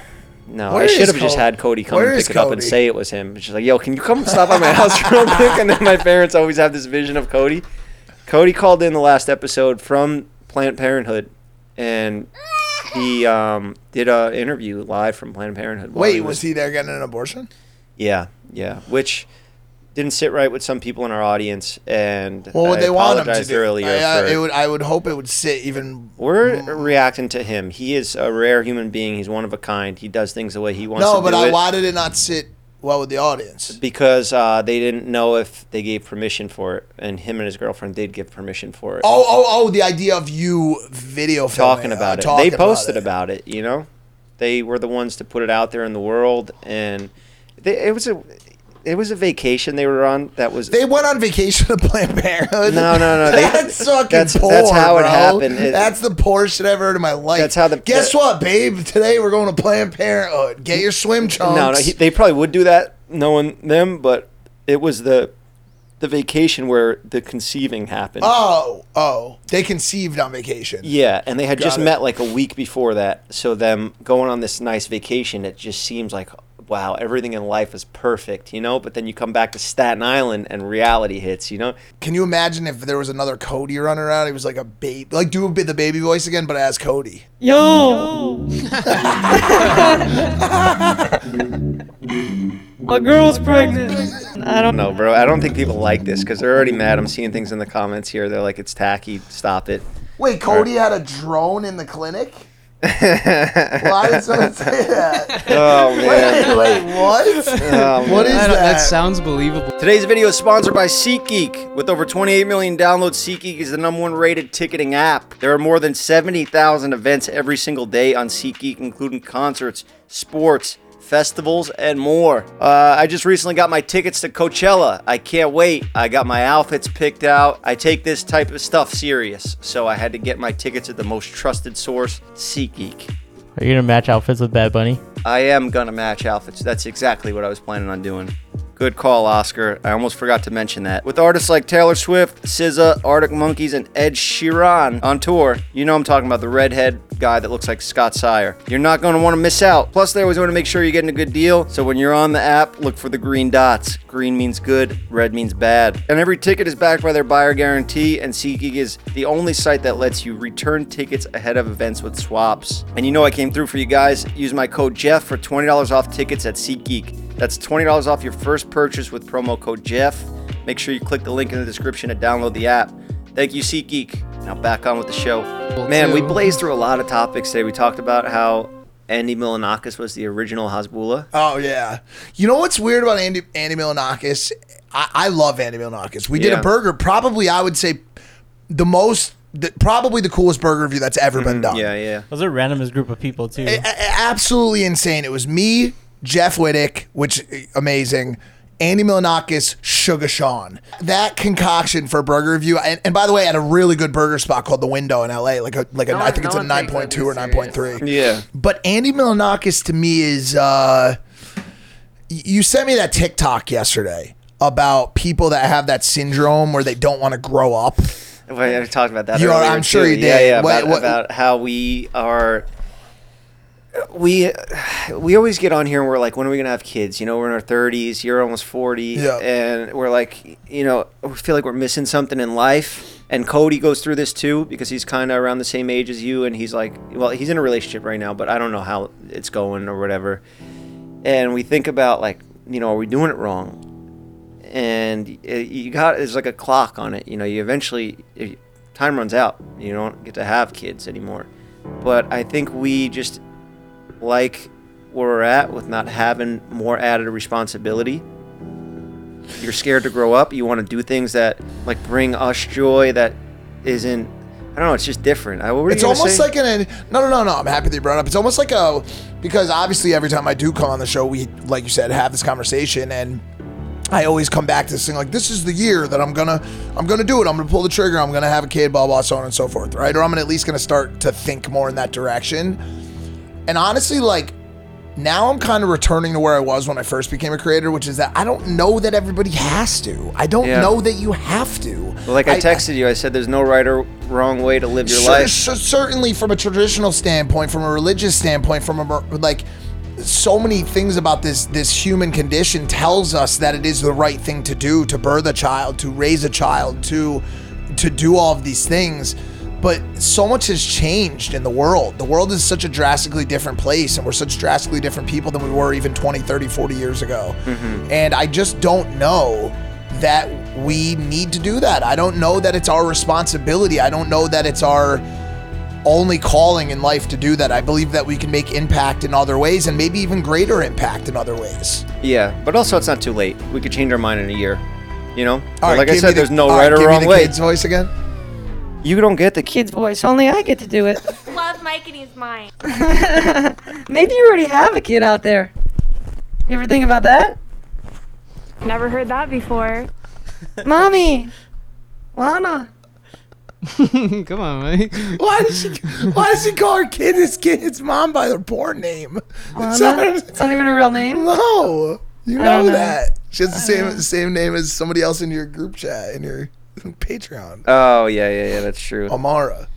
Speaker 2: no.
Speaker 5: Where
Speaker 2: I should
Speaker 5: is
Speaker 2: have just
Speaker 5: Cody?
Speaker 2: had Cody come
Speaker 5: Where
Speaker 2: and
Speaker 5: is
Speaker 2: pick it up and
Speaker 5: Cody?
Speaker 2: say it was him. But she's like, "Yo, can you come stop by my house real quick?" And then my parents always have this vision of Cody. Cody called in the last episode from Planned Parenthood, and he um, did a interview live from Planned Parenthood. while
Speaker 5: Wait, was he there getting an abortion?
Speaker 2: Yeah, yeah. Which didn't sit right with some people in our audience, and
Speaker 5: What would
Speaker 2: I
Speaker 5: they want him to
Speaker 2: apologized
Speaker 5: do?
Speaker 2: earlier
Speaker 5: I, I-
Speaker 2: for-
Speaker 5: it would, I would hope it would sit even.
Speaker 2: We're
Speaker 5: Hmm.
Speaker 2: reacting to him. He is a rare human being. He's one of a kind. He does things the way he wants
Speaker 5: No,
Speaker 2: to
Speaker 5: but
Speaker 2: do
Speaker 5: I,
Speaker 2: it
Speaker 5: why did it not sit well with the audience?
Speaker 2: because uh, they didn't know if they gave permission for it, and him and his girlfriend did give permission for it.
Speaker 5: Oh, oh, oh! The idea of you video filming,
Speaker 2: talking
Speaker 5: uh,
Speaker 2: about it.
Speaker 5: talking
Speaker 2: they posted about it. You know, they were the ones to put it out there in the world, and they, it was a it was a vacation they were on that was.
Speaker 5: They went on vacation to Planned Parenthood.
Speaker 2: No, no, no, they-
Speaker 5: that's fucking
Speaker 2: that's-
Speaker 5: poor.
Speaker 2: that's how it
Speaker 5: bro.
Speaker 2: happened. It-
Speaker 5: that's the poorest shit I've ever heard in my life.
Speaker 2: That's how the-
Speaker 5: Guess
Speaker 2: the-
Speaker 5: what, babe? Today we're going to Planned Parenthood. Get your swim trunks.
Speaker 2: no, no, he, they probably would do that knowing them, but it was the the vacation where the conceiving happened.
Speaker 5: oh, oh! They conceived on vacation.
Speaker 2: Yeah, and they had just
Speaker 5: it.
Speaker 2: met like a week before that. So them going on this nice vacation, it just seems like wow, everything in life is perfect, you know? But then you come back to Staten Island and reality hits, you know?
Speaker 5: Can you imagine if there was another Cody running around? He was like a baby, like do a bit the baby voice again, but as Cody.
Speaker 7: Yo! My girl's pregnant. I don't
Speaker 2: No, bro, I don't think people like this because they're already mad. I'm seeing things in the comments here. They're like, it's tacky, stop it.
Speaker 5: Wait, Cody had a drone in the clinic? Why did someone say that?
Speaker 2: Oh, man.
Speaker 5: Wait, wait, what?
Speaker 2: Oh, man.
Speaker 5: What is
Speaker 3: I don't- that
Speaker 5: that?
Speaker 3: sounds believable.
Speaker 2: Today's video is sponsored by SeatGeek. With over 28 million downloads, SeatGeek is the number one rated ticketing app. There are more than 70,000 events every single day on SeatGeek, including concerts, sports, festivals, and more. Uh, I just recently got my tickets to Coachella. I can't wait. I got my outfits picked out. I take this type of stuff serious, so I had to get my tickets at the most trusted source, SeatGeek.
Speaker 1: Are you gonna match outfits with Bad Bunny?
Speaker 2: I am gonna match outfits. That's exactly what I was planning on doing. Good call, Oscar. I almost forgot to mention that. With artists like Taylor Swift, SZA, Arctic Monkeys, and Ed Sheeran on tour, you know I'm talking about the redhead guy that looks like Scott Sire. You're not gonna want to miss out. Plus, they always want to make sure you're getting a good deal. So when you're on the app, look for the green dots. Green means good, red means bad. And every ticket is backed by their buyer guarantee. And SeatGeek is the only site that lets you return tickets ahead of events with swaps. And you know I came through for you guys. Use my code Jeff for twenty dollars off tickets at SeatGeek. That's $20 off your first purchase with promo code Jeff. Make sure you click the link in the description to download the app. Thank you, SeatGeek. Now back on with the show. Man, we
Speaker 3: too.
Speaker 2: blazed through a lot of topics today. We talked about how Andy Milanakis was the original Hasbullah.
Speaker 5: Oh yeah. You know what's weird about Andy Andy Milanakis? I, I love Andy Milanakis. We did
Speaker 2: Yeah.
Speaker 5: a burger, probably I would say the most, the, probably the coolest burger review that's ever been done.
Speaker 2: Mm-hmm. Yeah, yeah.
Speaker 1: Those are randomest group of people too.
Speaker 5: A- a- absolutely insane. It was me, Jeff Wittick, which eh, amazing. Andy Milanakis, Sugar Sean. That concoction for burger review, and, and by the way, at a really good burger spot called The Window in LA, like a like a I
Speaker 6: No one-
Speaker 5: think
Speaker 6: no
Speaker 5: it's a
Speaker 6: one takes
Speaker 5: nine
Speaker 6: that
Speaker 5: point two or nine
Speaker 6: serious.
Speaker 5: point three.
Speaker 2: Yeah.
Speaker 5: But Andy Milanakis to me is uh y- you sent me that TikTok yesterday about people that have that syndrome where they don't want to grow up.
Speaker 2: We already talked about that.
Speaker 5: You are-
Speaker 2: earlier,
Speaker 5: I'm sure
Speaker 2: too.
Speaker 5: you
Speaker 2: Yeah,
Speaker 5: did.
Speaker 2: yeah.
Speaker 5: What-
Speaker 2: about,
Speaker 5: what-
Speaker 2: about how we are. We we always get on here and we're like, when are we gonna have kids? You know, we're in our thirties. You're almost forty,
Speaker 5: Yeah.
Speaker 2: and we're like, you know, we feel like we're missing something in life. And Cody goes through this too because he's kind of around the same age as you, and he's like, well, he's in a relationship right now, but I don't know how it's going or whatever. And we think about like, you know, are we doing it wrong? and it, you got there's like a clock on it. You know, you eventually it- time runs out. You don't get to have kids anymore. But I think we just like where we're at with not having more added responsibility. You're scared to grow up. You want to do things that like bring us joy that isn't. I don't know. It's just different. I, what were you
Speaker 5: It's
Speaker 2: gonna
Speaker 5: almost
Speaker 2: say?
Speaker 5: like an no, no, no, no. I'm happy that you brought it up. It's almost like a because obviously every time I do come on the show, we like you said have this conversation, and I always come back to this thing like this is the year that I'm gonna I'm gonna do it. I'm gonna pull the trigger. I'm gonna have a kid, blah blah, so on and so forth, right? Or I'm gonna at least gonna start to think more in that direction. And honestly, like now I'm kind of returning to where I was when I first became a creator, which is that I don't know that everybody has to. I don't
Speaker 2: Yeah.
Speaker 5: know that you have to.
Speaker 2: like I texted you. I said there's no right or wrong way to live your
Speaker 5: Cer-
Speaker 2: life.
Speaker 5: cer- certainly, from a traditional standpoint, from a religious standpoint, from a mor- like, so many things about this this human condition tells us that it is the right thing to do to birth a child, to raise a child, to to do all of these things. But so much has changed in the world. The world is such a drastically different place, and we're such drastically different people than we were even 20, 30, 40 years ago. And I just don't know that we need to do that. I don't know that it's our responsibility. I don't know that it's our only calling in life to do that. I believe that we can make impact in other ways and maybe even greater impact in other ways.
Speaker 2: Yeah, but also it's not too late. We could change our mind in a year. You know, But
Speaker 5: All right,
Speaker 2: like
Speaker 5: give
Speaker 2: I
Speaker 5: me
Speaker 2: said,
Speaker 5: the-
Speaker 2: there's no
Speaker 5: all right,
Speaker 2: right or
Speaker 5: give me
Speaker 2: wrong
Speaker 5: the
Speaker 2: way.
Speaker 5: Kid's voice again.
Speaker 2: You don't get the kid.
Speaker 7: kid's voice. Only I get to do it.
Speaker 8: Love Mike and he's mine.
Speaker 7: Maybe you already have a kid out there. You ever think about that?
Speaker 8: Never heard that before.
Speaker 7: Mommy! Lana!
Speaker 3: Come on, Mike.
Speaker 5: Why does she? Why does she call her kid his kid his mom by their porn name?
Speaker 7: Lana? It's not even a real name.
Speaker 5: no, you know,
Speaker 7: don't know.
Speaker 5: that she has the same same name as somebody else in your group chat in your Patreon.
Speaker 2: Oh yeah, yeah, yeah. That's true.
Speaker 5: Um, Amara.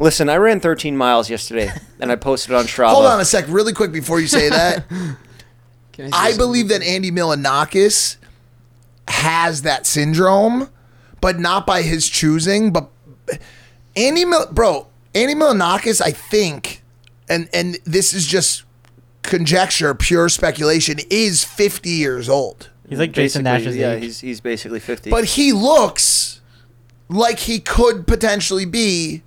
Speaker 2: Listen, I ran 13 miles yesterday, and I posted on Strava.
Speaker 5: Hold on a sec, really quick before you say that.
Speaker 3: Can I, see
Speaker 5: I
Speaker 3: this?
Speaker 5: believe that Andy Milanakis has that syndrome, but not by his choosing. But Andy, Mil- bro, Andy Milanakis, I think, and and this is just conjecture, pure speculation, is fifty years old,
Speaker 1: He's like Jason Nash's
Speaker 2: yeah,
Speaker 1: age.
Speaker 2: he's he's basically fifty.
Speaker 5: but he looks like he could potentially be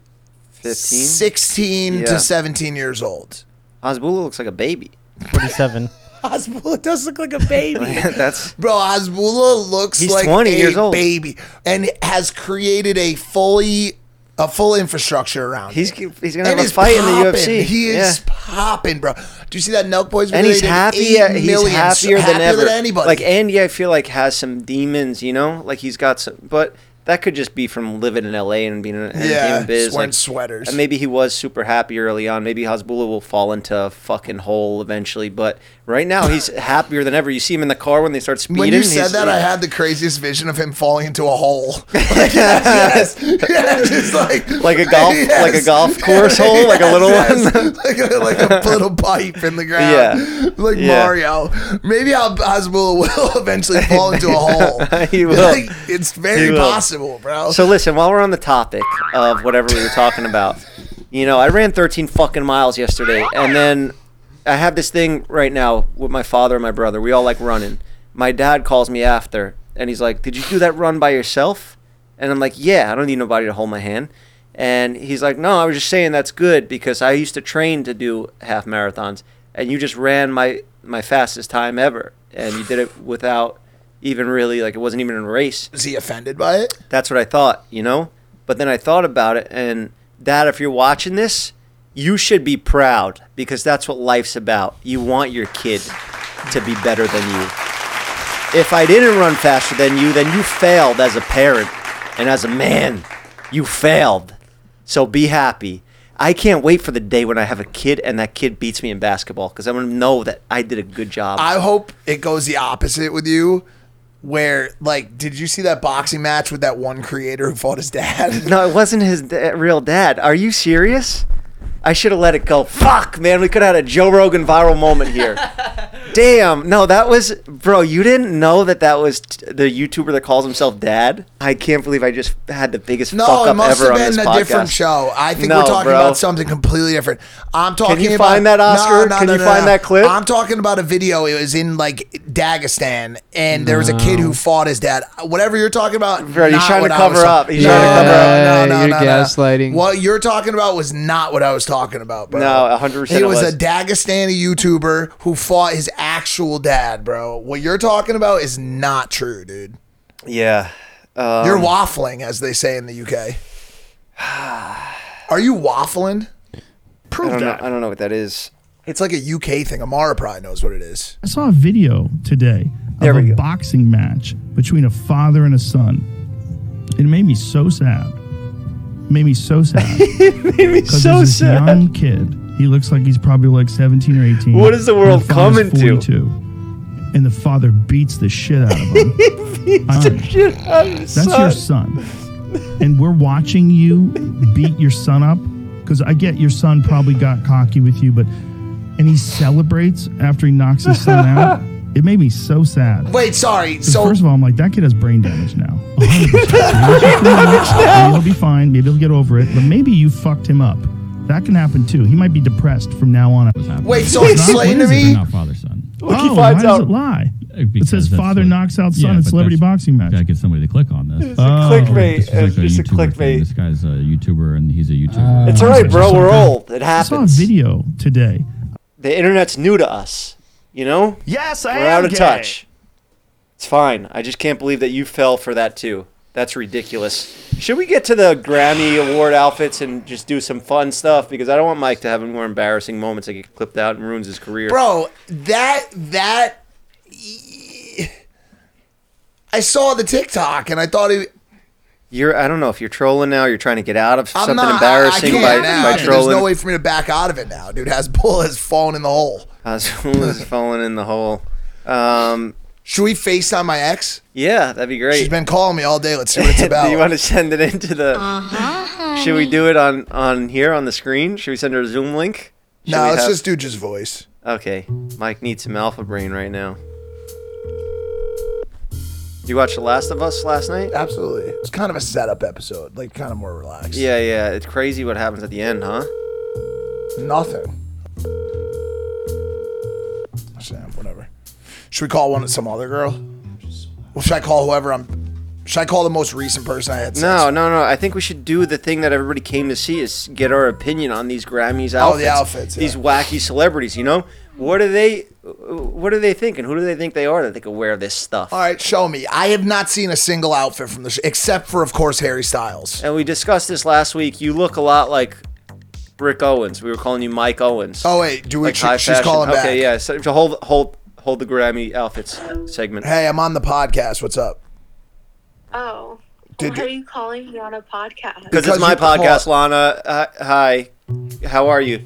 Speaker 2: 15?
Speaker 5: sixteen
Speaker 2: Yeah.
Speaker 5: to seventeen years old.
Speaker 2: Hasbulla looks like a baby.
Speaker 1: 47.
Speaker 5: Hasbullah does look like a baby.
Speaker 2: That's
Speaker 5: Bro, Hasbullah looks
Speaker 2: He's
Speaker 5: like
Speaker 2: 20
Speaker 5: a
Speaker 2: years old.
Speaker 5: baby and has created a fully a full infrastructure around.
Speaker 2: he's
Speaker 5: it.
Speaker 2: he's gonna have
Speaker 5: And
Speaker 2: a
Speaker 5: is
Speaker 2: fight in the
Speaker 5: popping.
Speaker 2: UFC.
Speaker 5: He is
Speaker 2: Yeah.
Speaker 5: popping, bro. Do you see that Nelk Boys video?
Speaker 2: And
Speaker 5: They
Speaker 2: he's
Speaker 5: did
Speaker 2: happy.
Speaker 5: 8
Speaker 2: He's
Speaker 5: million,
Speaker 2: happier than
Speaker 5: happier
Speaker 2: ever.
Speaker 5: Than anybody.
Speaker 2: Like Andy, I feel like has some demons. You know, like he's got some, but that could just be from living in LA and being in and being
Speaker 5: yeah,
Speaker 2: in biz.
Speaker 5: wearing
Speaker 2: Like,
Speaker 5: sweaters.
Speaker 2: and maybe he was super happy early on. Maybe Hasbullah will fall into a fucking hole eventually. But right now, he's happier than ever. You see him in the car when they start speeding.
Speaker 5: when you
Speaker 2: he's-
Speaker 5: said that, I had the craziest vision of him falling into a hole. Like, yes, yes, just like
Speaker 2: Like a golf- like a golf course hole, like a little one.
Speaker 5: like a, like a little pipe in the ground.
Speaker 2: Yeah.
Speaker 5: like
Speaker 2: Yeah.
Speaker 5: Mario. Maybe Al- Hasbulla will eventually fall into a hole.
Speaker 2: He will.
Speaker 5: Like, it's very
Speaker 2: He will.
Speaker 5: possible, bro.
Speaker 2: So listen, while we're on the topic of whatever we were talking about, you know, I ran 13 fucking miles yesterday, and then I have this thing right now with my father and my brother. We all like running. My dad calls me after, and he's like, "Did you do that run by yourself?" And I'm like, "Yeah, I don't need nobody to hold my hand." And he's like, "No, I was just saying that's good because I used to train to do half marathons, and you just ran my my fastest time ever, and you did it without even really like it wasn't even a race."
Speaker 5: Is he offended by it?
Speaker 2: That's what I thought, you know? But then I thought about it, and Dad, if you're watching this, you should be proud because that's what life's about. You want your kid to be better than you. If I didn't run faster than you, then you failed as a parent and as a man. You failed. So be happy. I can't wait for the day when I have a kid and that kid beats me in basketball because I'm going to know that I did a good job.
Speaker 5: I hope it goes the opposite with you. Where like, did you see that boxing match with that one creator who fought his dad?
Speaker 2: No, it wasn't his da- real dad. Are you serious? I should have let it go. Fuck, man, we could have had a Joe Rogan viral moment here. Damn, no, that was, bro. You didn't know that that was t- the YouTuber that calls himself Dad. I can't believe I just had the biggest
Speaker 5: No,
Speaker 2: fuck
Speaker 5: it
Speaker 2: up
Speaker 5: must
Speaker 2: ever
Speaker 5: have
Speaker 2: on this
Speaker 5: been a
Speaker 2: podcast.
Speaker 5: different show. I think
Speaker 2: No,
Speaker 5: we're talking
Speaker 2: bro.
Speaker 5: about something completely different. I'm talking.
Speaker 2: you
Speaker 5: about,
Speaker 2: find that, Oscar? Can you find that clip?
Speaker 5: I'm talking about a video. It was in like Dagestan, and there was a kid who fought his dad. Whatever you're talking about,
Speaker 2: Bro, he's
Speaker 5: not
Speaker 2: trying to
Speaker 5: what I was
Speaker 2: cover
Speaker 5: talking-
Speaker 2: up. He's
Speaker 5: no,
Speaker 2: trying to cover
Speaker 3: up.
Speaker 5: No, no,
Speaker 3: You're
Speaker 5: no, no,
Speaker 3: gaslighting.
Speaker 5: No. What you're talking about was not what I was talking about, bro.
Speaker 2: No, 100%
Speaker 5: It
Speaker 2: it
Speaker 5: was
Speaker 2: was.
Speaker 5: a Dagestani YouTuber who fought his actual dad, bro. What you're talking about is not true, dude.
Speaker 2: Yeah, uh,
Speaker 5: You're waffling, as they say in the UK. Are you waffling?
Speaker 2: I
Speaker 5: Prove
Speaker 2: don't know.
Speaker 5: that.
Speaker 2: I don't know what that is.
Speaker 5: It's like a UK thing. Amara probably knows what it is.
Speaker 9: I saw a video today
Speaker 2: There
Speaker 9: of a
Speaker 2: we go.
Speaker 9: boxing match between a father and a son. It made me so sad. Made me so sad.
Speaker 2: Made me
Speaker 9: Because
Speaker 2: so
Speaker 9: this
Speaker 2: sad.
Speaker 9: young kid, he looks like he's probably like 17 or 18.
Speaker 2: What is the world
Speaker 9: and the father's
Speaker 2: coming to?
Speaker 9: 42, And the father beats the shit out of him. I'm-
Speaker 2: Shit, I'm
Speaker 9: that's
Speaker 2: sorry.
Speaker 9: your son. And we're watching you beat your son up because I get your son probably got cocky with you, but and he celebrates after he knocks his son out. It made me so sad.
Speaker 5: Wait, sorry.
Speaker 9: So
Speaker 5: So
Speaker 9: first of all, I'm like, that kid has brain damage now. 100%. Maybe he'll be fine. Maybe he'll get over it. But maybe you fucked him up. That can happen too. He might be depressed from now on.
Speaker 5: wait, so explain to me.
Speaker 10: Not father son.
Speaker 2: Look, he
Speaker 9: oh,
Speaker 2: finds
Speaker 9: why does
Speaker 2: out.
Speaker 9: it lie? It
Speaker 10: Because
Speaker 9: says
Speaker 10: that's
Speaker 9: father
Speaker 10: what-
Speaker 9: knocks out son
Speaker 10: Yeah,
Speaker 9: in
Speaker 10: but
Speaker 9: celebrity
Speaker 10: that's-
Speaker 9: boxing match.
Speaker 10: Gotta get somebody to click on this.
Speaker 2: a
Speaker 9: Oh,
Speaker 2: clickbait.
Speaker 10: This is like
Speaker 2: It's
Speaker 10: a
Speaker 2: just a
Speaker 10: YouTuber thing.
Speaker 2: clickbait.
Speaker 10: This guy's a YouTuber and he's a YouTuber.
Speaker 2: It's all right, bro.
Speaker 9: Just
Speaker 2: We're
Speaker 9: like that.
Speaker 2: old. It
Speaker 9: I saw a
Speaker 2: happens.
Speaker 9: video today.
Speaker 2: The internet's new to us. You know.
Speaker 9: Yes, I
Speaker 2: We're out of touch. It's fine. I just can't believe that you fell for that too. That's ridiculous. Should we get to the Grammy Award outfits and just do some fun stuff? Because I don't want Mike to have any more embarrassing moments that get clipped out and ruins his career.
Speaker 5: Bro, that that I saw the TikTok and I thought he
Speaker 2: You're I don't know if you're trolling now, you're trying to get out of
Speaker 5: I'm
Speaker 2: something
Speaker 5: not,
Speaker 2: embarrassing
Speaker 5: I, I
Speaker 2: by,
Speaker 5: can't now.
Speaker 2: by
Speaker 5: I mean,
Speaker 2: trolling.
Speaker 5: There's no way for me to back out of it now, dude. Hasbulla has fallen in the hole.
Speaker 2: I was falling in the hole. Um,
Speaker 5: Should we FaceTime my ex?
Speaker 2: yeah, that'd be
Speaker 5: She's
Speaker 2: great.
Speaker 5: been calling me all day. Let's see what it's about.
Speaker 2: do you want to send it into the Should we do it on on here on the screen? Should we send her a Zoom link? Should
Speaker 5: no,
Speaker 2: we
Speaker 5: let's
Speaker 2: have-
Speaker 5: just do just voice.
Speaker 2: Okay, Mike needs some alpha brain right now. You watched The Last of Us last night?
Speaker 5: Absolutely. It's kind of a setup episode, like kind of more relaxed.
Speaker 2: Yeah, yeah. It's crazy what happens at the end, huh?
Speaker 5: Nothing. Sam, whatever. Should we call one some other girl? Well, should I call whoever I'm? Should I call the most recent person I had? sex
Speaker 2: No, no, no. I think we should do the thing that everybody came to see is get our opinion on these Grammys outfits.
Speaker 5: Oh, the outfits,
Speaker 2: These wacky celebrities, you know? What do they what do they think and who do they think they are that they could wear this stuff?
Speaker 5: All right, show me. I have not seen a single outfit from the sh- except for, of course, Harry Styles.
Speaker 2: And we discussed this last week. You look a lot like Rick Owens. We were calling you Mike Owens.
Speaker 5: Oh wait, do we?
Speaker 2: Like
Speaker 5: she-
Speaker 2: high
Speaker 5: she's
Speaker 2: fashion.
Speaker 5: calling
Speaker 2: okay,
Speaker 5: back.
Speaker 2: yeah. So to hold hold hold the Grammy outfits segment.
Speaker 5: Hey, I'm on the podcast. What's up?
Speaker 11: Oh.
Speaker 5: Did
Speaker 11: Why are you calling me on a podcast?
Speaker 2: Because
Speaker 5: Because
Speaker 2: it's my
Speaker 5: you call-
Speaker 2: podcast, Lana. Uh, hi. How are you?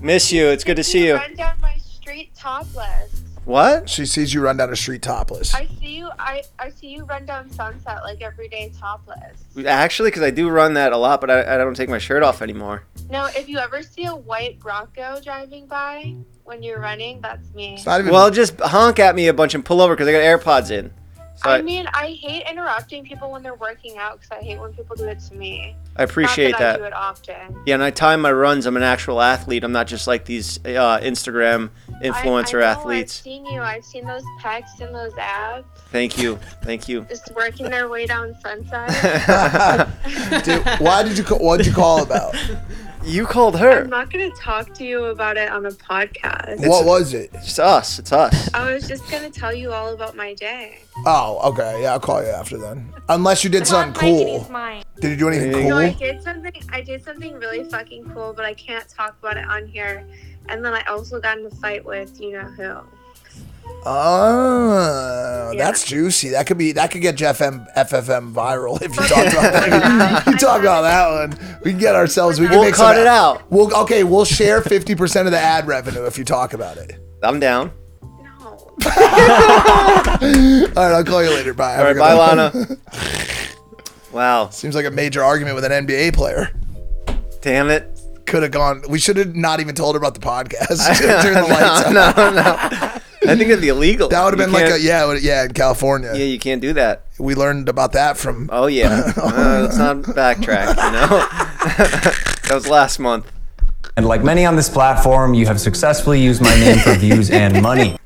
Speaker 2: Miss you. It's good to see you.
Speaker 11: Run down my street topless.
Speaker 2: What?
Speaker 5: She sees you run down a street topless.
Speaker 11: I see you. I I see you run down Sunset like every day topless.
Speaker 2: Actually, because I do run that a lot, but I, I don't take my shirt off anymore.
Speaker 11: No, if you ever see a white Bronco driving by when you're running, that's me.
Speaker 5: It's not even.
Speaker 2: Well, just honk at me a bunch and pull over because I got AirPods in. So I,
Speaker 11: I mean, I hate interrupting people when they're working out because I hate when people do it to me.
Speaker 2: I appreciate
Speaker 11: Not that. I
Speaker 2: that.
Speaker 11: do it often.
Speaker 2: Yeah, and I time my runs. I'm an actual athlete. I'm not just like these uh, Instagram influencer
Speaker 11: I, I know, I've
Speaker 2: athletes.
Speaker 11: seen you. I've seen those pecs and those abs
Speaker 2: Thank you. Thank you.
Speaker 11: just working their way down Sunset.
Speaker 5: Dude, why did you? Call, what did you call about?
Speaker 2: you called
Speaker 11: I'm
Speaker 2: her.
Speaker 11: not going to talk to you about it on a podcast.
Speaker 5: what was it?
Speaker 2: It's us. It's us.
Speaker 11: I was just going to tell you all about my day.
Speaker 5: Oh, okay. Yeah, I'll call you after then. Unless you did something cool. Did you do anything
Speaker 2: Anything-
Speaker 5: cool?
Speaker 11: No, I did something I did something really fucking cool, but I can't talk about it on here. And then I also got in a fight with you know who.
Speaker 5: Oh,
Speaker 11: Yeah.
Speaker 5: that's juicy. That could be. That could get Jeff M- FFM viral if you talk about that.
Speaker 11: Yeah.
Speaker 5: you talk about that one. We can get ourselves. We can
Speaker 2: We'll
Speaker 5: make some
Speaker 2: cut it
Speaker 5: ad-
Speaker 2: out.
Speaker 5: We'll okay. We'll share fifty percent of the ad revenue if you talk about it.
Speaker 2: I'm down.
Speaker 11: No.
Speaker 5: All right, I'll call you later. Bye.
Speaker 2: All right, bye, Lana. wow.
Speaker 5: Seems like a major argument with an NBA player.
Speaker 2: Damn it.
Speaker 5: Could have gone. We should have not even told her about the podcast. Turn the lights
Speaker 2: no,
Speaker 5: out.
Speaker 2: no, no. I think that'd be illegal.
Speaker 5: That would have
Speaker 2: You
Speaker 5: been like a
Speaker 2: can't-
Speaker 5: yeah, it would've- yeah. In California,
Speaker 2: Yeah, you can't do that.
Speaker 5: we learned about that from.
Speaker 2: Oh yeah. Uh, let's not backtrack. You know, that was last month.
Speaker 12: And like many on this platform, you have successfully used my name for views and money.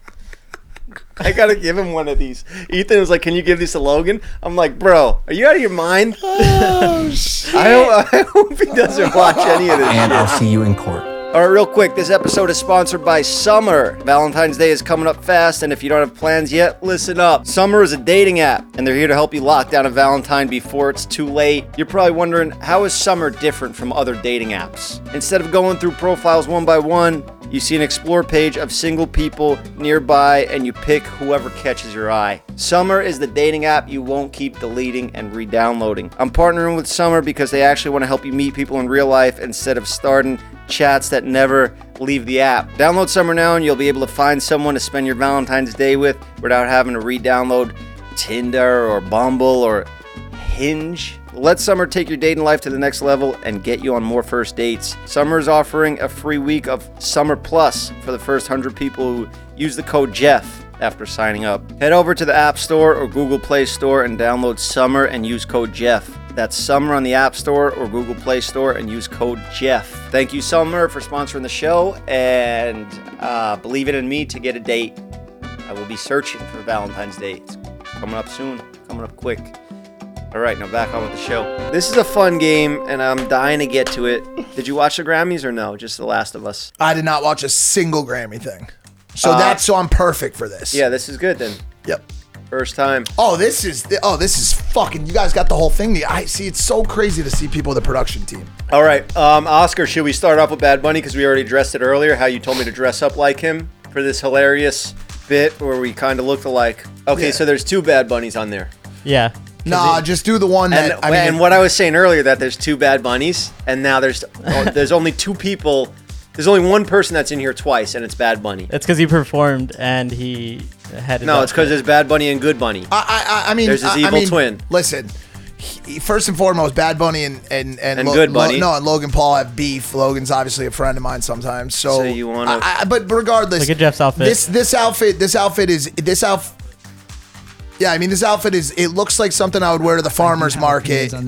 Speaker 2: I gotta give him one of these. Ethan was like, "Can you give these to Logan?" I'm like, "Bro, are you out of your mind?" I, hope, I hope he doesn't watch any of this.
Speaker 12: And
Speaker 2: shit.
Speaker 12: I'll see you in court.
Speaker 2: All right, real quick, this episode is sponsored by Summer. Valentine's Day is coming up fast, and if you don't have plans yet, listen up. Summer is a dating app, and they're here to help you lock down a Valentine before it's too late. You're probably wondering, how is Summer different from other dating apps? Instead of going through profiles one by one, you see an explore page of single people nearby, and you pick whoever catches your eye. Summer is the dating app you won't keep deleting and re downloading. I'm partnering with Summer because they actually want to help you meet people in real life instead of starting chats that never leave the app. Download Summer now and you'll be able to find someone to spend your Valentine's Day with without having to re download Tinder or Bumble or Hinge. Let Summer take your dating life to the next level and get you on more first dates. Summer is offering a free week of Summer Plus for the first 100 people who use the code Jeff after signing up. Head over to the App Store or Google Play Store and download Summer and use code Jeff. That's Summer on the App Store or Google Play Store and use code Jeff. Thank you, Summer, for sponsoring the show and uh, believe it in me to get a date. I will be searching for Valentine's Day. It's coming up soon, coming up quick. All right, now back on with the show. This is a fun game, and I'm dying to get to it. Did you watch the Grammys or no? Just The Last of Us.
Speaker 5: I did not watch a single Grammy thing, so
Speaker 2: Uh,
Speaker 5: that's so I'm perfect for this.
Speaker 2: Yeah, this is good then.
Speaker 5: Yep.
Speaker 2: First time.
Speaker 5: Oh, this is th- oh, this is fucking. You guys got the whole thing. I see. It's so crazy to see people with the production team.
Speaker 2: All right, um, Oscar, should we start off with Bad Bunny because we already addressed it earlier? How you told me to dress up like him for this hilarious bit where we kind of looked alike. Okay,
Speaker 5: Yeah.
Speaker 2: so there's two Bad Bunnies on there.
Speaker 1: Yeah.
Speaker 5: Nah, just do the one
Speaker 2: And,
Speaker 5: that I mean.
Speaker 2: and what I was saying earlier that there's two Bad Bunnies, and now there's oh, there's only two people. There's only one person that's in here twice, and it's Bad Bunny.
Speaker 1: It's because he performed and he had.
Speaker 2: No, it's because there's Bad Bunny and Good Bunny.
Speaker 5: I, I, I mean,
Speaker 2: There's his
Speaker 5: I- I
Speaker 2: evil
Speaker 5: mean,
Speaker 2: twin.
Speaker 5: Listen, he- first and foremost, Bad Bunny and and and,
Speaker 2: And Good
Speaker 5: Lo-
Speaker 2: Bunny.
Speaker 5: no, and Logan Paul have beef. Logan's obviously a friend of mine sometimes. So,
Speaker 2: So you wanna-
Speaker 5: I- I- But regardless,
Speaker 1: Look at Jeff's outfit.
Speaker 5: This this outfit this outfit is this outfit. Yeah, I mean this outfit is it looks like something I would wear to the farmers market. Uh,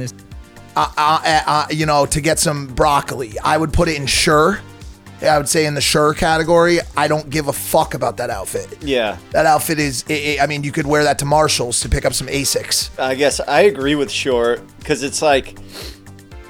Speaker 5: uh, uh, uh, you know, to get some broccoli, I would put it in sure. I would say in the sure category. I don't give a fuck about that outfit.
Speaker 2: Yeah.
Speaker 5: That outfit is. i i I mean, you could wear that to Marshalls to pick up some Asics.
Speaker 2: I guess I agree with Short because it's like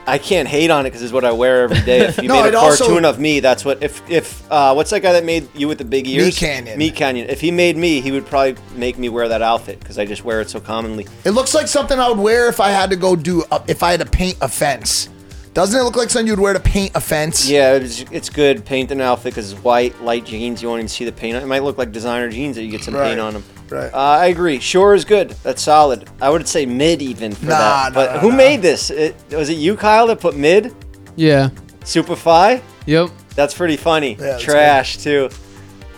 Speaker 2: I can't hate on it because it's what I wear every day. If you
Speaker 5: No,
Speaker 2: made
Speaker 5: it
Speaker 2: a
Speaker 5: also-
Speaker 2: cartoon of me, that's what. If if uh, what's that guy that made you with the big ears?
Speaker 5: Canyon.
Speaker 2: Me Canyon. If he made me, he would probably make me wear that outfit because I just wear it so commonly.
Speaker 5: It looks like something I would wear if I had to go do uh, if I had to paint a fence. Doesn't it look like something you'd wear to paint a fence?
Speaker 2: Yeah, it's, it's good. Paint an outfit because it's white, light jeans. You won't even see the paint. on It might look like designer jeans that you get some
Speaker 5: Right,
Speaker 2: paint on them.
Speaker 5: right.
Speaker 2: Uh, I agree. Sure is good. That's solid. I would say mid even for
Speaker 5: Nah,
Speaker 2: that.
Speaker 5: nah,
Speaker 2: But
Speaker 5: nah,
Speaker 2: who made this? It, was it you, Kyle, that put mid?
Speaker 3: Yeah.
Speaker 2: Superfly?
Speaker 3: Yep.
Speaker 2: That's pretty funny.
Speaker 5: that's
Speaker 2: Trash too.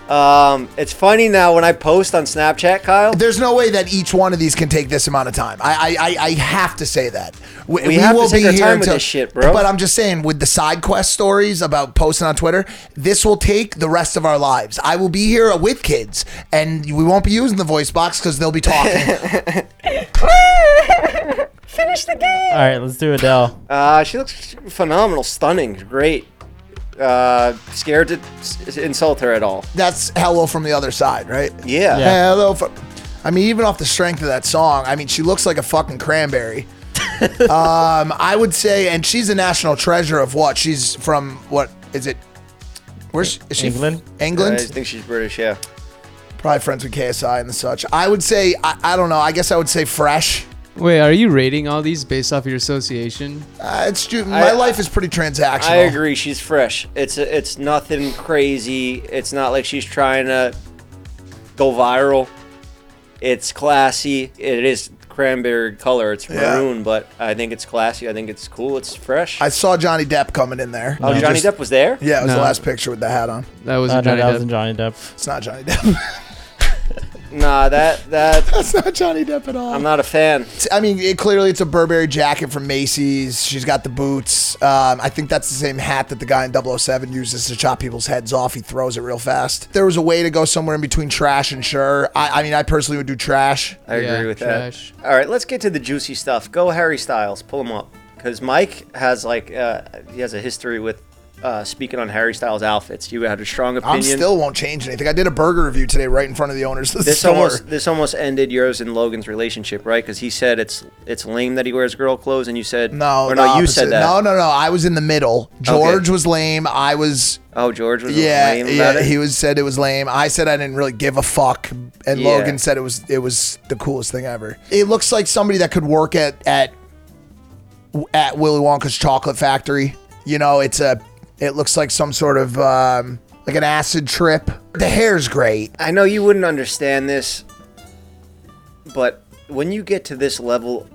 Speaker 2: Um, it's funny now when I post on Snapchat, Kyle.
Speaker 5: There's no way that each one of these can take this amount of time. I I, I, I have to say that.
Speaker 2: We have to take our time with this shit, bro.
Speaker 5: But I'm just saying, with the side quest stories about posting on Twitter, this will take the rest of our lives. I will be here with kids, and we won't be using the voice box because they'll be talking.
Speaker 8: Finish the game.
Speaker 1: All right, let's do Adele.
Speaker 2: Uh, she looks phenomenal, stunning, great. Uh, scared to s- insult her at all.
Speaker 5: That's hello from the other side, right?
Speaker 2: Yeah.
Speaker 1: Yeah.
Speaker 5: Hello from. I mean, even off the strength of that song, I mean, she looks like a fucking cranberry. um, I would say, and she's a national treasure of what? She's from what is it? Where's is she?
Speaker 1: England?
Speaker 5: England.
Speaker 2: I think she's British. Yeah.
Speaker 5: Probably friends with KSI and such. I would say, I, I don't know. I guess I would say fresh.
Speaker 3: Wait, are you rating all these based off your association?
Speaker 5: Uh, it's ju- my
Speaker 2: I-
Speaker 5: life is pretty transactional.
Speaker 2: I agree. She's fresh. It's it's nothing crazy. It's not like she's trying to go viral. It's classy. It is cranberry color. It's
Speaker 5: Yeah.
Speaker 2: maroon, but I think it's classy. I think it's cool. It's fresh.
Speaker 5: I saw Johnny Depp coming in there.
Speaker 2: oh,
Speaker 5: He
Speaker 2: Johnny
Speaker 5: just-
Speaker 2: Depp was there.
Speaker 5: Yeah, it was
Speaker 3: No.
Speaker 5: the last picture with the hat on.
Speaker 3: That was
Speaker 1: Uh, no,
Speaker 3: Johnny
Speaker 1: that
Speaker 3: Depp.
Speaker 1: wasn't Johnny Depp.
Speaker 5: It's not Johnny Depp.
Speaker 2: Nah, that that
Speaker 5: That's not Johnny Depp at all.
Speaker 2: I'm not a fan.
Speaker 5: It's- I mean, it, clearly it's a Burberry jacket from Macy's. She's got the boots. Um, I think that's the same hat that the guy in 007 uses to chop people's heads off. He throws it real fast. There was a way to go somewhere in between trash and sure. I, I mean, I personally would do trash.
Speaker 2: I
Speaker 3: Yeah,
Speaker 2: agree with
Speaker 3: trash.
Speaker 2: that. All right, let's get to the juicy stuff. Go Harry Styles, pull him up because Mike has like uh, he has a history with uh, speaking on Harry Styles outfits. You had a strong opinion.
Speaker 5: I'm still won't change anything. I did a burger review today right in front of the owners of the
Speaker 2: this
Speaker 5: store.
Speaker 2: almost this almost ended yours and Logan's relationship, right? Because he said it's it's lame that he wears girl clothes, and you said
Speaker 5: no,
Speaker 2: or
Speaker 5: the
Speaker 2: no, you
Speaker 5: opposite.
Speaker 2: said that.
Speaker 5: No, no, no. I was in the middle. George was lame. I was
Speaker 2: Oh, George was
Speaker 5: yeah,
Speaker 2: lame about
Speaker 5: yeah.
Speaker 2: it.
Speaker 5: He was said it was lame. I said I didn't really give a fuck, and
Speaker 2: Yeah.
Speaker 5: Logan said it was it was the coolest thing ever. It looks like somebody that could work at at at Willy Wonka's chocolate factory. You know, it's a it looks like some sort of um, like an acid trip. The hair's great.
Speaker 2: I know you wouldn't understand this, but when you get to this level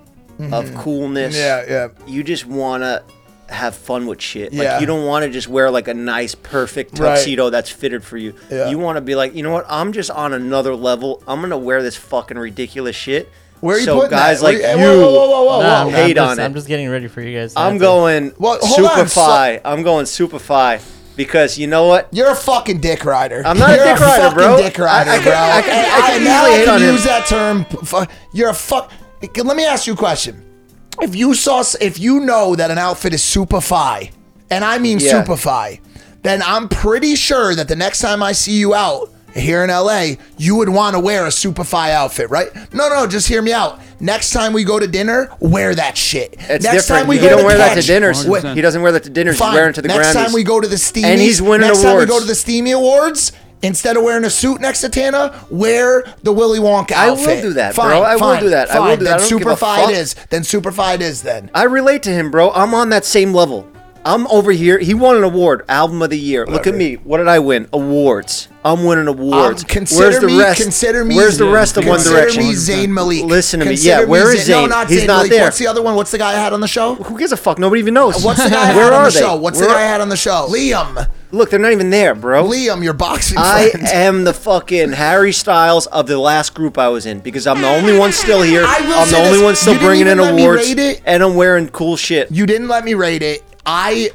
Speaker 2: of coolness,
Speaker 5: Mm-hmm. Yeah, yeah.
Speaker 2: you just wanna have fun with shit.
Speaker 5: Yeah.
Speaker 2: Like you don't want to just wear like a nice, perfect
Speaker 5: Right.
Speaker 2: tuxedo that's fitted for you.
Speaker 5: Yeah.
Speaker 2: You want to be like, you know what? I'm just on another level. I'm gonna wear this fucking ridiculous shit.
Speaker 5: Where are you
Speaker 2: so
Speaker 5: putting
Speaker 2: guys
Speaker 5: that? Where
Speaker 2: like
Speaker 5: you- hey,
Speaker 2: you,
Speaker 5: whoa, whoa, whoa, whoa, whoa,
Speaker 1: Nah, Um, I'm-
Speaker 2: hate
Speaker 1: I'm just,
Speaker 2: on it.
Speaker 1: I'm just getting ready for you guys.
Speaker 2: I'm
Speaker 1: That's it.
Speaker 2: going
Speaker 5: Well, hold on, so-
Speaker 2: Superfly. I'm going Superfly because you know what?
Speaker 5: You're a fucking dick rider.
Speaker 2: I'm not a
Speaker 5: You're
Speaker 2: dick rider,
Speaker 5: fucking
Speaker 2: bro.
Speaker 5: Dick rider,
Speaker 2: I- I can-
Speaker 5: bro.
Speaker 2: I can- I can
Speaker 5: And now
Speaker 2: easily hit on him.
Speaker 5: use that term. Fu- You're a fuck. Let me ask you a question. If you saw, s- if you know that an outfit is superfy, and I mean
Speaker 2: Yeah.
Speaker 5: superfy, then I'm pretty sure that the next time I see you out here in LA, you would want to wear a superfy outfit, right? No, no, just hear me out. Next time we go to dinner, wear that shit.
Speaker 2: It's
Speaker 5: next
Speaker 2: different.
Speaker 5: time we
Speaker 2: he
Speaker 5: go
Speaker 2: don't
Speaker 5: to
Speaker 2: wear that
Speaker 5: catch-
Speaker 2: to dinners.
Speaker 5: Wait,
Speaker 2: He doesn't wear that to dinners.
Speaker 5: Fine.
Speaker 2: He's wearing it to the
Speaker 5: next
Speaker 2: Grammys.
Speaker 5: time we go to the Steamy,
Speaker 2: and he's winning
Speaker 5: next
Speaker 2: awards.
Speaker 5: time we go to the Steamy Awards, instead of wearing a suit next to Tana, wear the Willy Wonka
Speaker 2: I will
Speaker 5: outfit.
Speaker 2: do that,
Speaker 5: fine,
Speaker 2: bro. I will
Speaker 5: fine,
Speaker 2: do that. I
Speaker 5: Fine.
Speaker 2: will do that.
Speaker 5: Then
Speaker 2: I don't give a
Speaker 5: Superfy
Speaker 2: fuck.
Speaker 5: it is. Then Superfy it is. Then
Speaker 2: I relate to him, bro. I'm on that same level. I'm over here. He won an award, album of the year. Look at
Speaker 5: Whatever.
Speaker 2: me. What did I win? Awards. I'm winning awards.
Speaker 5: Um, consider
Speaker 2: Where's the
Speaker 5: me-
Speaker 2: rest?
Speaker 5: Consider me.
Speaker 2: Where's the rest of One
Speaker 5: consider
Speaker 2: Direction?
Speaker 5: me Zayn Malik.
Speaker 2: Listen to me.
Speaker 5: Consider
Speaker 2: yeah, where is
Speaker 5: Zayn-
Speaker 2: Zayn?
Speaker 5: No, not
Speaker 2: He's
Speaker 5: Zayn
Speaker 2: not
Speaker 5: Malik.
Speaker 2: there.
Speaker 5: What's the other one? What's the guy I had on the show?
Speaker 2: Who gives a fuck? Nobody even knows.
Speaker 5: What's the guy I had
Speaker 2: Where
Speaker 5: on
Speaker 2: are
Speaker 5: the
Speaker 2: they?
Speaker 5: show? What's the
Speaker 2: Where-
Speaker 5: guy I had on the show? Liam.
Speaker 2: Look, they're not even there, bro.
Speaker 5: Liam, your boxing
Speaker 2: I
Speaker 5: friend.
Speaker 2: am the fucking Harry Styles of the last group I was in because I'm the only one still here.
Speaker 5: I will
Speaker 2: I'm the
Speaker 5: say
Speaker 2: only
Speaker 5: this,
Speaker 2: one still
Speaker 5: you didn't
Speaker 2: bringing in
Speaker 5: even let me
Speaker 2: awards,
Speaker 5: rate it.
Speaker 2: and I'm wearing cool shit.
Speaker 5: You didn't let me rate it. I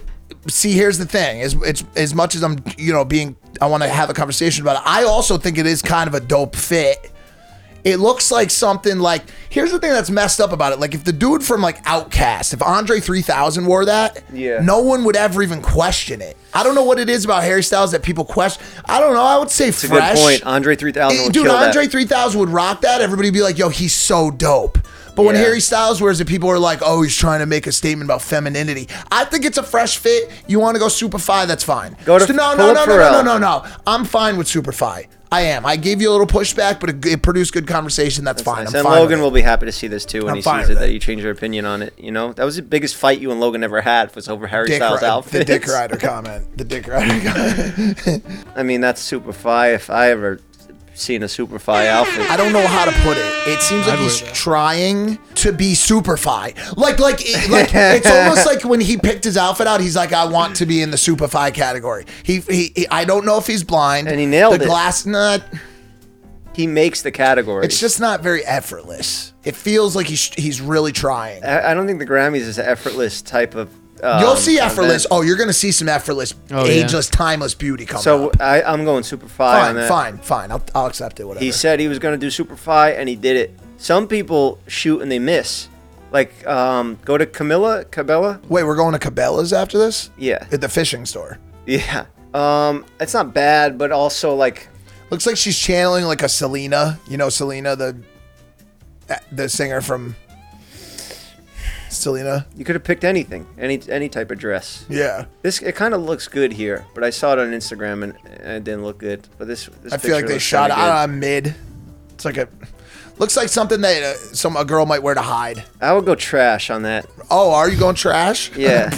Speaker 5: see. Here's the thing: is it's as much as I'm, you know, being. I want to have a conversation about it. I also think it is kind of a dope fit. It looks like something like. Here's the thing that's messed up about it: like if the dude from like Outcast, if Andre 3000 wore that,
Speaker 2: Yeah.
Speaker 5: no one would ever even question it. I don't know what it is about Harry Styles that people question. I don't know. I would say
Speaker 2: It's a
Speaker 5: fresh.
Speaker 2: good point. Andre 3000 would
Speaker 5: Dude,
Speaker 2: kill
Speaker 5: Andre
Speaker 2: that.
Speaker 5: 3000 would rock that. Everybody would be like, yo, he's so dope. But when
Speaker 2: Yeah.
Speaker 5: Harry Styles wears it, people are like, oh, he's trying to make a statement about femininity. I think it's a fresh fit. You want to go Superfly, that's fine.
Speaker 2: Go to-
Speaker 5: So no,
Speaker 2: pull
Speaker 5: no, no,
Speaker 2: up
Speaker 5: no, no, no,
Speaker 2: Pharrell.
Speaker 5: no, no. I'm fine with Superfly. I am. I gave you a little pushback, but it, it produced good conversation. That's, fine.
Speaker 2: Nice.
Speaker 5: I'm
Speaker 2: And
Speaker 5: fine.
Speaker 2: Logan
Speaker 5: with
Speaker 2: will be happy to see this too when
Speaker 5: I'm
Speaker 2: he
Speaker 5: fine
Speaker 2: sees it
Speaker 5: with
Speaker 2: that
Speaker 5: it.
Speaker 2: you changed your opinion on it. You know that was the biggest fight you and Logan ever had was over Harry
Speaker 5: Dick
Speaker 2: Styles'
Speaker 5: Ri-
Speaker 2: outfit.
Speaker 5: The Dick Rider comment. The Dick Rider comment.
Speaker 2: I mean that's super fi. If I ever seen a super fi outfit,
Speaker 5: I don't know how to put it. It seems like
Speaker 2: I'd
Speaker 5: he's trying to be superfy. Like like it- like it's almost like when he picked his outfit out, he's like, I want to be in the superfy category. He he, he I don't know if he's blind.
Speaker 2: and he nailed
Speaker 5: the
Speaker 2: it.
Speaker 5: glass nut.
Speaker 2: He makes the category.
Speaker 5: It's just not very effortless. It feels like he's he's really trying.
Speaker 2: I, I don't think the Grammys is an effortless type of. Um,
Speaker 5: You'll see effortless.
Speaker 2: event.
Speaker 5: Oh, you're gonna see some effortless,
Speaker 2: Oh, yeah.
Speaker 5: ageless, timeless beauty coming.
Speaker 2: So I, I'm going super fi on
Speaker 5: fine,
Speaker 2: that.
Speaker 5: fine, fine. I'll, I'll accept it. Whatever.
Speaker 2: He said he was going to do Superfly, and he did it. Some people shoot and they miss. Like, um, go to Camilla Cabela.
Speaker 5: Wait, we're going to Cabela's after this?
Speaker 2: Yeah,
Speaker 5: at the fishing store.
Speaker 2: yeah. Um, it's not bad, but also like,
Speaker 5: Looks like she's channeling like a Selena. You know Selena, the the singer from Selena.
Speaker 2: you could have picked anything, any any type of dress.
Speaker 5: Yeah.
Speaker 2: This it kind of looks good here, but I saw it on Instagram and, and it didn't look good. But this, this
Speaker 5: I feel like
Speaker 2: picture
Speaker 5: they
Speaker 2: looks
Speaker 5: shot it
Speaker 2: kinda good.
Speaker 5: uh, mid. It's like a looks like something that uh, some a girl might wear to hide.
Speaker 2: I would go trash on that.
Speaker 5: Oh, are you going trash?
Speaker 2: Yeah.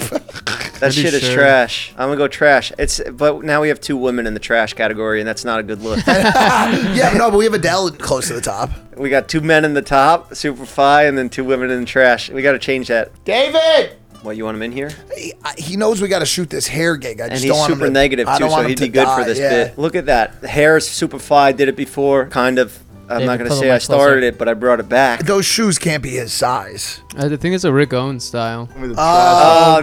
Speaker 2: That
Speaker 5: Pretty
Speaker 2: shit is
Speaker 5: sure.
Speaker 2: trash. I'm gonna go trash. It's but now we have two women in the trash category, and that's not a good look.
Speaker 5: yeah, no, but we have Adele close to the top.
Speaker 2: We got two men in the top, super fi, and then two women in the trash. We got to change that.
Speaker 5: David,
Speaker 2: What you want him in here?
Speaker 5: he, I- he knows we got to shoot this hair gig. I
Speaker 2: And
Speaker 5: just
Speaker 2: he's
Speaker 5: don't want him
Speaker 2: super
Speaker 5: to-
Speaker 2: negative
Speaker 5: I
Speaker 2: too,
Speaker 5: don't want
Speaker 2: so
Speaker 5: him
Speaker 2: he'd
Speaker 5: to
Speaker 2: be good
Speaker 5: die,
Speaker 2: for this
Speaker 5: yeah.
Speaker 2: bit. Look at that. The hair is super fi. Did it before, kind of. I'm not
Speaker 3: David,
Speaker 2: gonna
Speaker 3: pull the
Speaker 2: say I
Speaker 3: mic closer.
Speaker 2: started it, but I brought it back.
Speaker 5: Those shoes can't be his size.
Speaker 3: I think it's a Rick Owens style.
Speaker 2: Oh,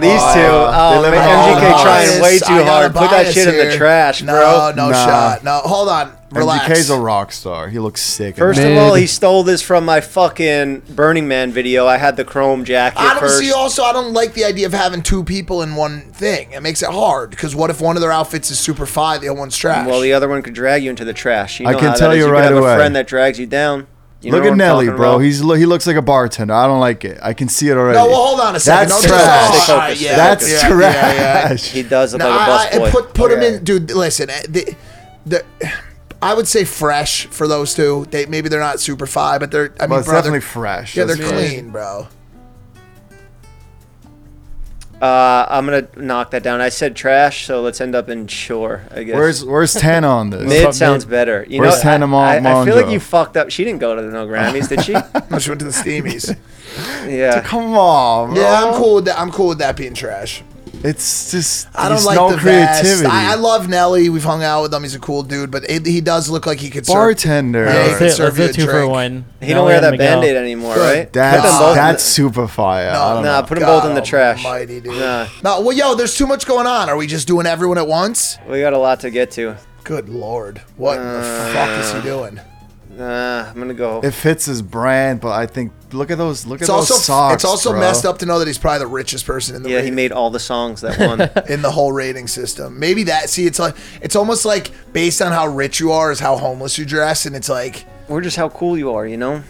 Speaker 2: these two. Oh, man, MGK trying way too hard. Put that shit in the trash,
Speaker 5: no,
Speaker 2: bro.
Speaker 5: No,
Speaker 13: Nah.
Speaker 5: shot. No, hold on. Relax.
Speaker 13: MGK's a rock star. He looks sick. in
Speaker 2: First
Speaker 13: that.
Speaker 2: of all, he stole this from my fucking Burning Man video. I had the chrome jacket
Speaker 5: I don't
Speaker 2: first.
Speaker 5: see. Also, I don't like the idea of having two people in one thing. It makes it hard because what if one of their outfits is super fire, the other one's trash?
Speaker 2: Well, the other one could drag you into the trash. You know
Speaker 13: I can
Speaker 2: how
Speaker 13: tell
Speaker 2: that is.
Speaker 13: you
Speaker 2: could
Speaker 13: right
Speaker 2: have
Speaker 13: away.
Speaker 2: a friend that drags you down. You
Speaker 13: Look
Speaker 2: know what
Speaker 13: at
Speaker 2: I'm
Speaker 13: Nelly,
Speaker 2: talking
Speaker 13: bro.
Speaker 2: about?
Speaker 13: He's lo- he looks like a bartender. I don't like it. I can see it already.
Speaker 5: no, well, hold on a second.
Speaker 13: That's
Speaker 5: no, just-
Speaker 13: trash.
Speaker 5: oh, all right, yeah,
Speaker 13: That's
Speaker 5: yeah,
Speaker 13: trash.
Speaker 5: yeah, yeah.
Speaker 2: He does look
Speaker 5: No,
Speaker 2: like a
Speaker 5: I-
Speaker 2: bus
Speaker 5: I-
Speaker 2: boy.
Speaker 5: put put them in, dude. Listen, eh, the, the, I would say fresh for those two. They maybe they're not super fine, but they're. I mean,
Speaker 13: Well, it's
Speaker 5: bro, they're-
Speaker 13: definitely fresh.
Speaker 5: Yeah, they're
Speaker 13: That's fresh.
Speaker 5: clean, bro.
Speaker 2: Uh, I'm gonna knock that down. I said trash, so let's end up in shore. I guess.
Speaker 13: Where's Where's Tana on this?
Speaker 2: Mid sounds better. You
Speaker 13: Where's
Speaker 2: know,
Speaker 13: Tana Mon-
Speaker 2: I, I, I feel like
Speaker 13: Monjo?
Speaker 2: you fucked up. She didn't go to the No Grammys, did she?
Speaker 5: No, she went to the steamies.
Speaker 2: Yeah.
Speaker 13: Come on, bro.
Speaker 5: Yeah, I'm cool with that. I'm cool with that being trash.
Speaker 13: It's just
Speaker 5: I don't
Speaker 13: there's
Speaker 5: like
Speaker 13: no
Speaker 5: the
Speaker 13: creativity.
Speaker 5: Vest. I, I love Nelly. We've hung out with him. He's a cool dude, but it, he does look like he could serve-
Speaker 13: Bartender.
Speaker 5: Yeah, he
Speaker 13: Let's
Speaker 5: could
Speaker 13: do- let's
Speaker 5: serve you a
Speaker 13: do two for
Speaker 5: drink.
Speaker 13: one.
Speaker 2: He don't wear that Band-Aid anymore, right?
Speaker 13: That's
Speaker 2: Put them both in
Speaker 13: that's super fire. I don't
Speaker 2: nah,
Speaker 13: know.
Speaker 2: put them both in the
Speaker 5: God
Speaker 2: trash.
Speaker 5: almighty, dude.
Speaker 2: Nah,
Speaker 5: No, well, yo, there's too much going on. Are we just doing everyone at once?
Speaker 2: we got a lot to get to.
Speaker 5: Good lord, what in
Speaker 2: Uh,
Speaker 5: the fuck is he doing?
Speaker 2: Nah, Uh, I'm gonna go.
Speaker 13: It fits his brand, but I think look at those look
Speaker 5: It's
Speaker 13: at those
Speaker 5: also
Speaker 13: socks.
Speaker 5: it's also
Speaker 13: bro.
Speaker 5: messed up to know that he's probably the richest person in the
Speaker 2: yeah, he made all the songs that won.
Speaker 5: in the whole rating system. Maybe that. See, it's like it's almost like based on how rich you are is how homeless you dress, and it's like
Speaker 2: or just how cool you are, you know.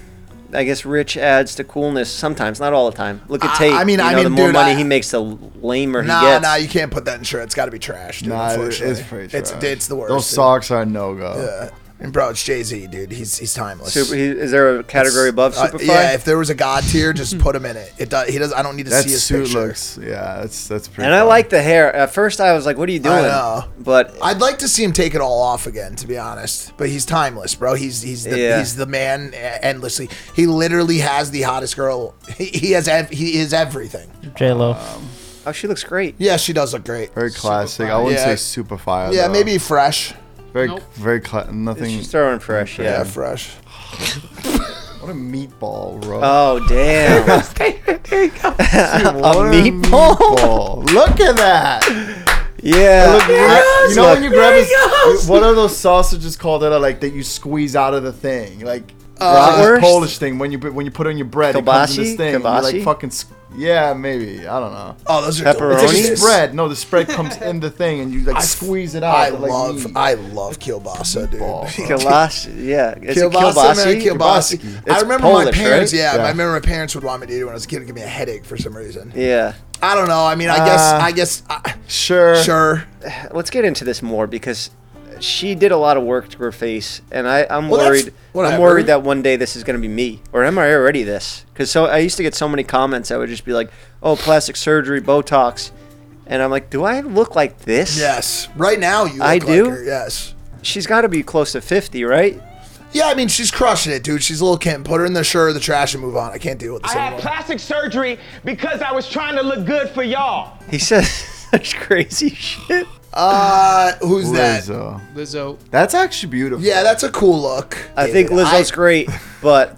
Speaker 2: I guess rich adds to coolness sometimes, not all the time. Look at
Speaker 5: I-
Speaker 2: Tate.
Speaker 5: I mean-
Speaker 2: you
Speaker 5: I
Speaker 2: know,
Speaker 5: mean,
Speaker 2: the more
Speaker 5: dude,
Speaker 2: money
Speaker 5: I-
Speaker 2: he makes, the lamer he
Speaker 5: nah,
Speaker 2: gets.
Speaker 5: nah, you can't put that in shirt. It's got to be trash. Dude,
Speaker 13: Nah, it-
Speaker 5: unfortunately.
Speaker 13: it's pretty
Speaker 5: It's
Speaker 13: trash.
Speaker 5: it's the worst.
Speaker 13: Those socks are no go.
Speaker 5: Yeah. And bro, it's Jay Z, dude. He's he's timeless.
Speaker 2: Super- he- is there a category above
Speaker 5: uh,
Speaker 2: Superfly?
Speaker 5: yeah, if there was a god tier, just put him in it. It does, he does. I don't need to
Speaker 13: That
Speaker 5: see his
Speaker 13: suit
Speaker 5: picture.
Speaker 13: looks. Yeah, that's that's pretty.
Speaker 2: and I like the hair. At first, I was like, "What are you doing?"
Speaker 5: I know.
Speaker 2: But
Speaker 5: I'd like to see him take it all off again, to be honest. But he's timeless, bro. He's he's the,
Speaker 2: Yeah.
Speaker 5: he's the man e- endlessly. He literally has the hottest girl. He, he has ev- he is everything.
Speaker 1: J Lo.
Speaker 2: oh, she looks great.
Speaker 5: Yeah, she does look great.
Speaker 13: Very classic. I wouldn't
Speaker 5: Yeah.
Speaker 13: say super fire.
Speaker 5: yeah,
Speaker 13: though.
Speaker 5: maybe fresh.
Speaker 13: Very,
Speaker 5: Nope.
Speaker 13: very cla- nothing.
Speaker 2: She's throwing fresh, yeah.
Speaker 5: Yeah, fresh.
Speaker 13: What a meatball, bro.
Speaker 2: Oh damn!
Speaker 13: Dude,
Speaker 2: a
Speaker 13: what a
Speaker 2: meatball.
Speaker 13: meatball. Look at that.
Speaker 2: Yeah.
Speaker 13: Look,
Speaker 2: I-
Speaker 13: you know when you grab
Speaker 2: There
Speaker 13: a,
Speaker 2: he goes.
Speaker 13: what are those sausages called that are like that you squeeze out of the thing, like
Speaker 2: Uh,
Speaker 13: it's like
Speaker 2: Bratwurst?
Speaker 13: this Polish thing when you put- when you put it on your bread, it comes in
Speaker 2: Kielbasi?
Speaker 13: this thing. and you,
Speaker 2: Kielbasi?
Speaker 13: like fucking s- yeah, maybe I don't know.
Speaker 5: Oh, those are
Speaker 13: It's like a
Speaker 5: delicious.
Speaker 13: spread. No, the spread comes in the thing and you like
Speaker 5: I-
Speaker 13: squeeze it out.
Speaker 5: I
Speaker 13: like
Speaker 5: love
Speaker 13: meat.
Speaker 5: I love kielbasa, dude.
Speaker 2: Kielbasa, yeah. It's a
Speaker 5: Kielbasa, man,
Speaker 2: kielbasi.
Speaker 5: kielbasa.
Speaker 2: It's
Speaker 5: I remember my
Speaker 2: Polish,
Speaker 5: parents.
Speaker 2: right?
Speaker 5: Yeah,
Speaker 2: Yeah.
Speaker 5: I remember my parents would want me to eat it when I was a kid. It would give me a headache for some reason.
Speaker 2: Yeah.
Speaker 5: I don't know. I mean, I guess
Speaker 2: Uh,
Speaker 5: I guess I,
Speaker 13: Sure.
Speaker 5: sure.
Speaker 2: Let's get into this more because she did a lot of work to her face, and I, I'm
Speaker 5: Well, that's-
Speaker 2: worried. I'm
Speaker 5: whatever.
Speaker 2: worried that one day this is going to be me, or am I already this? Because so I used to get so many comments that would just be like, "Oh, plastic surgery, Botox," and I'm like, "Do I look like this?"
Speaker 5: Yes. Right now, you. Look
Speaker 2: I
Speaker 5: like
Speaker 2: do?
Speaker 5: her, Yes.
Speaker 2: She's got to be close to fifty, right?
Speaker 5: Yeah, I mean, she's crushing it, dude. She's a little Kim. Put her in the shirt or the trash and move on. I can't deal with this
Speaker 14: I had
Speaker 5: anymore.
Speaker 14: plastic surgery because I was trying to look good for y'all.
Speaker 2: He says such crazy shit.
Speaker 5: Uh, who's that?
Speaker 13: Lizzo.
Speaker 3: Lizzo.
Speaker 13: That's actually beautiful.
Speaker 5: Yeah, that's a cool look.
Speaker 2: I think
Speaker 5: Dude,
Speaker 2: Lizzo's great, but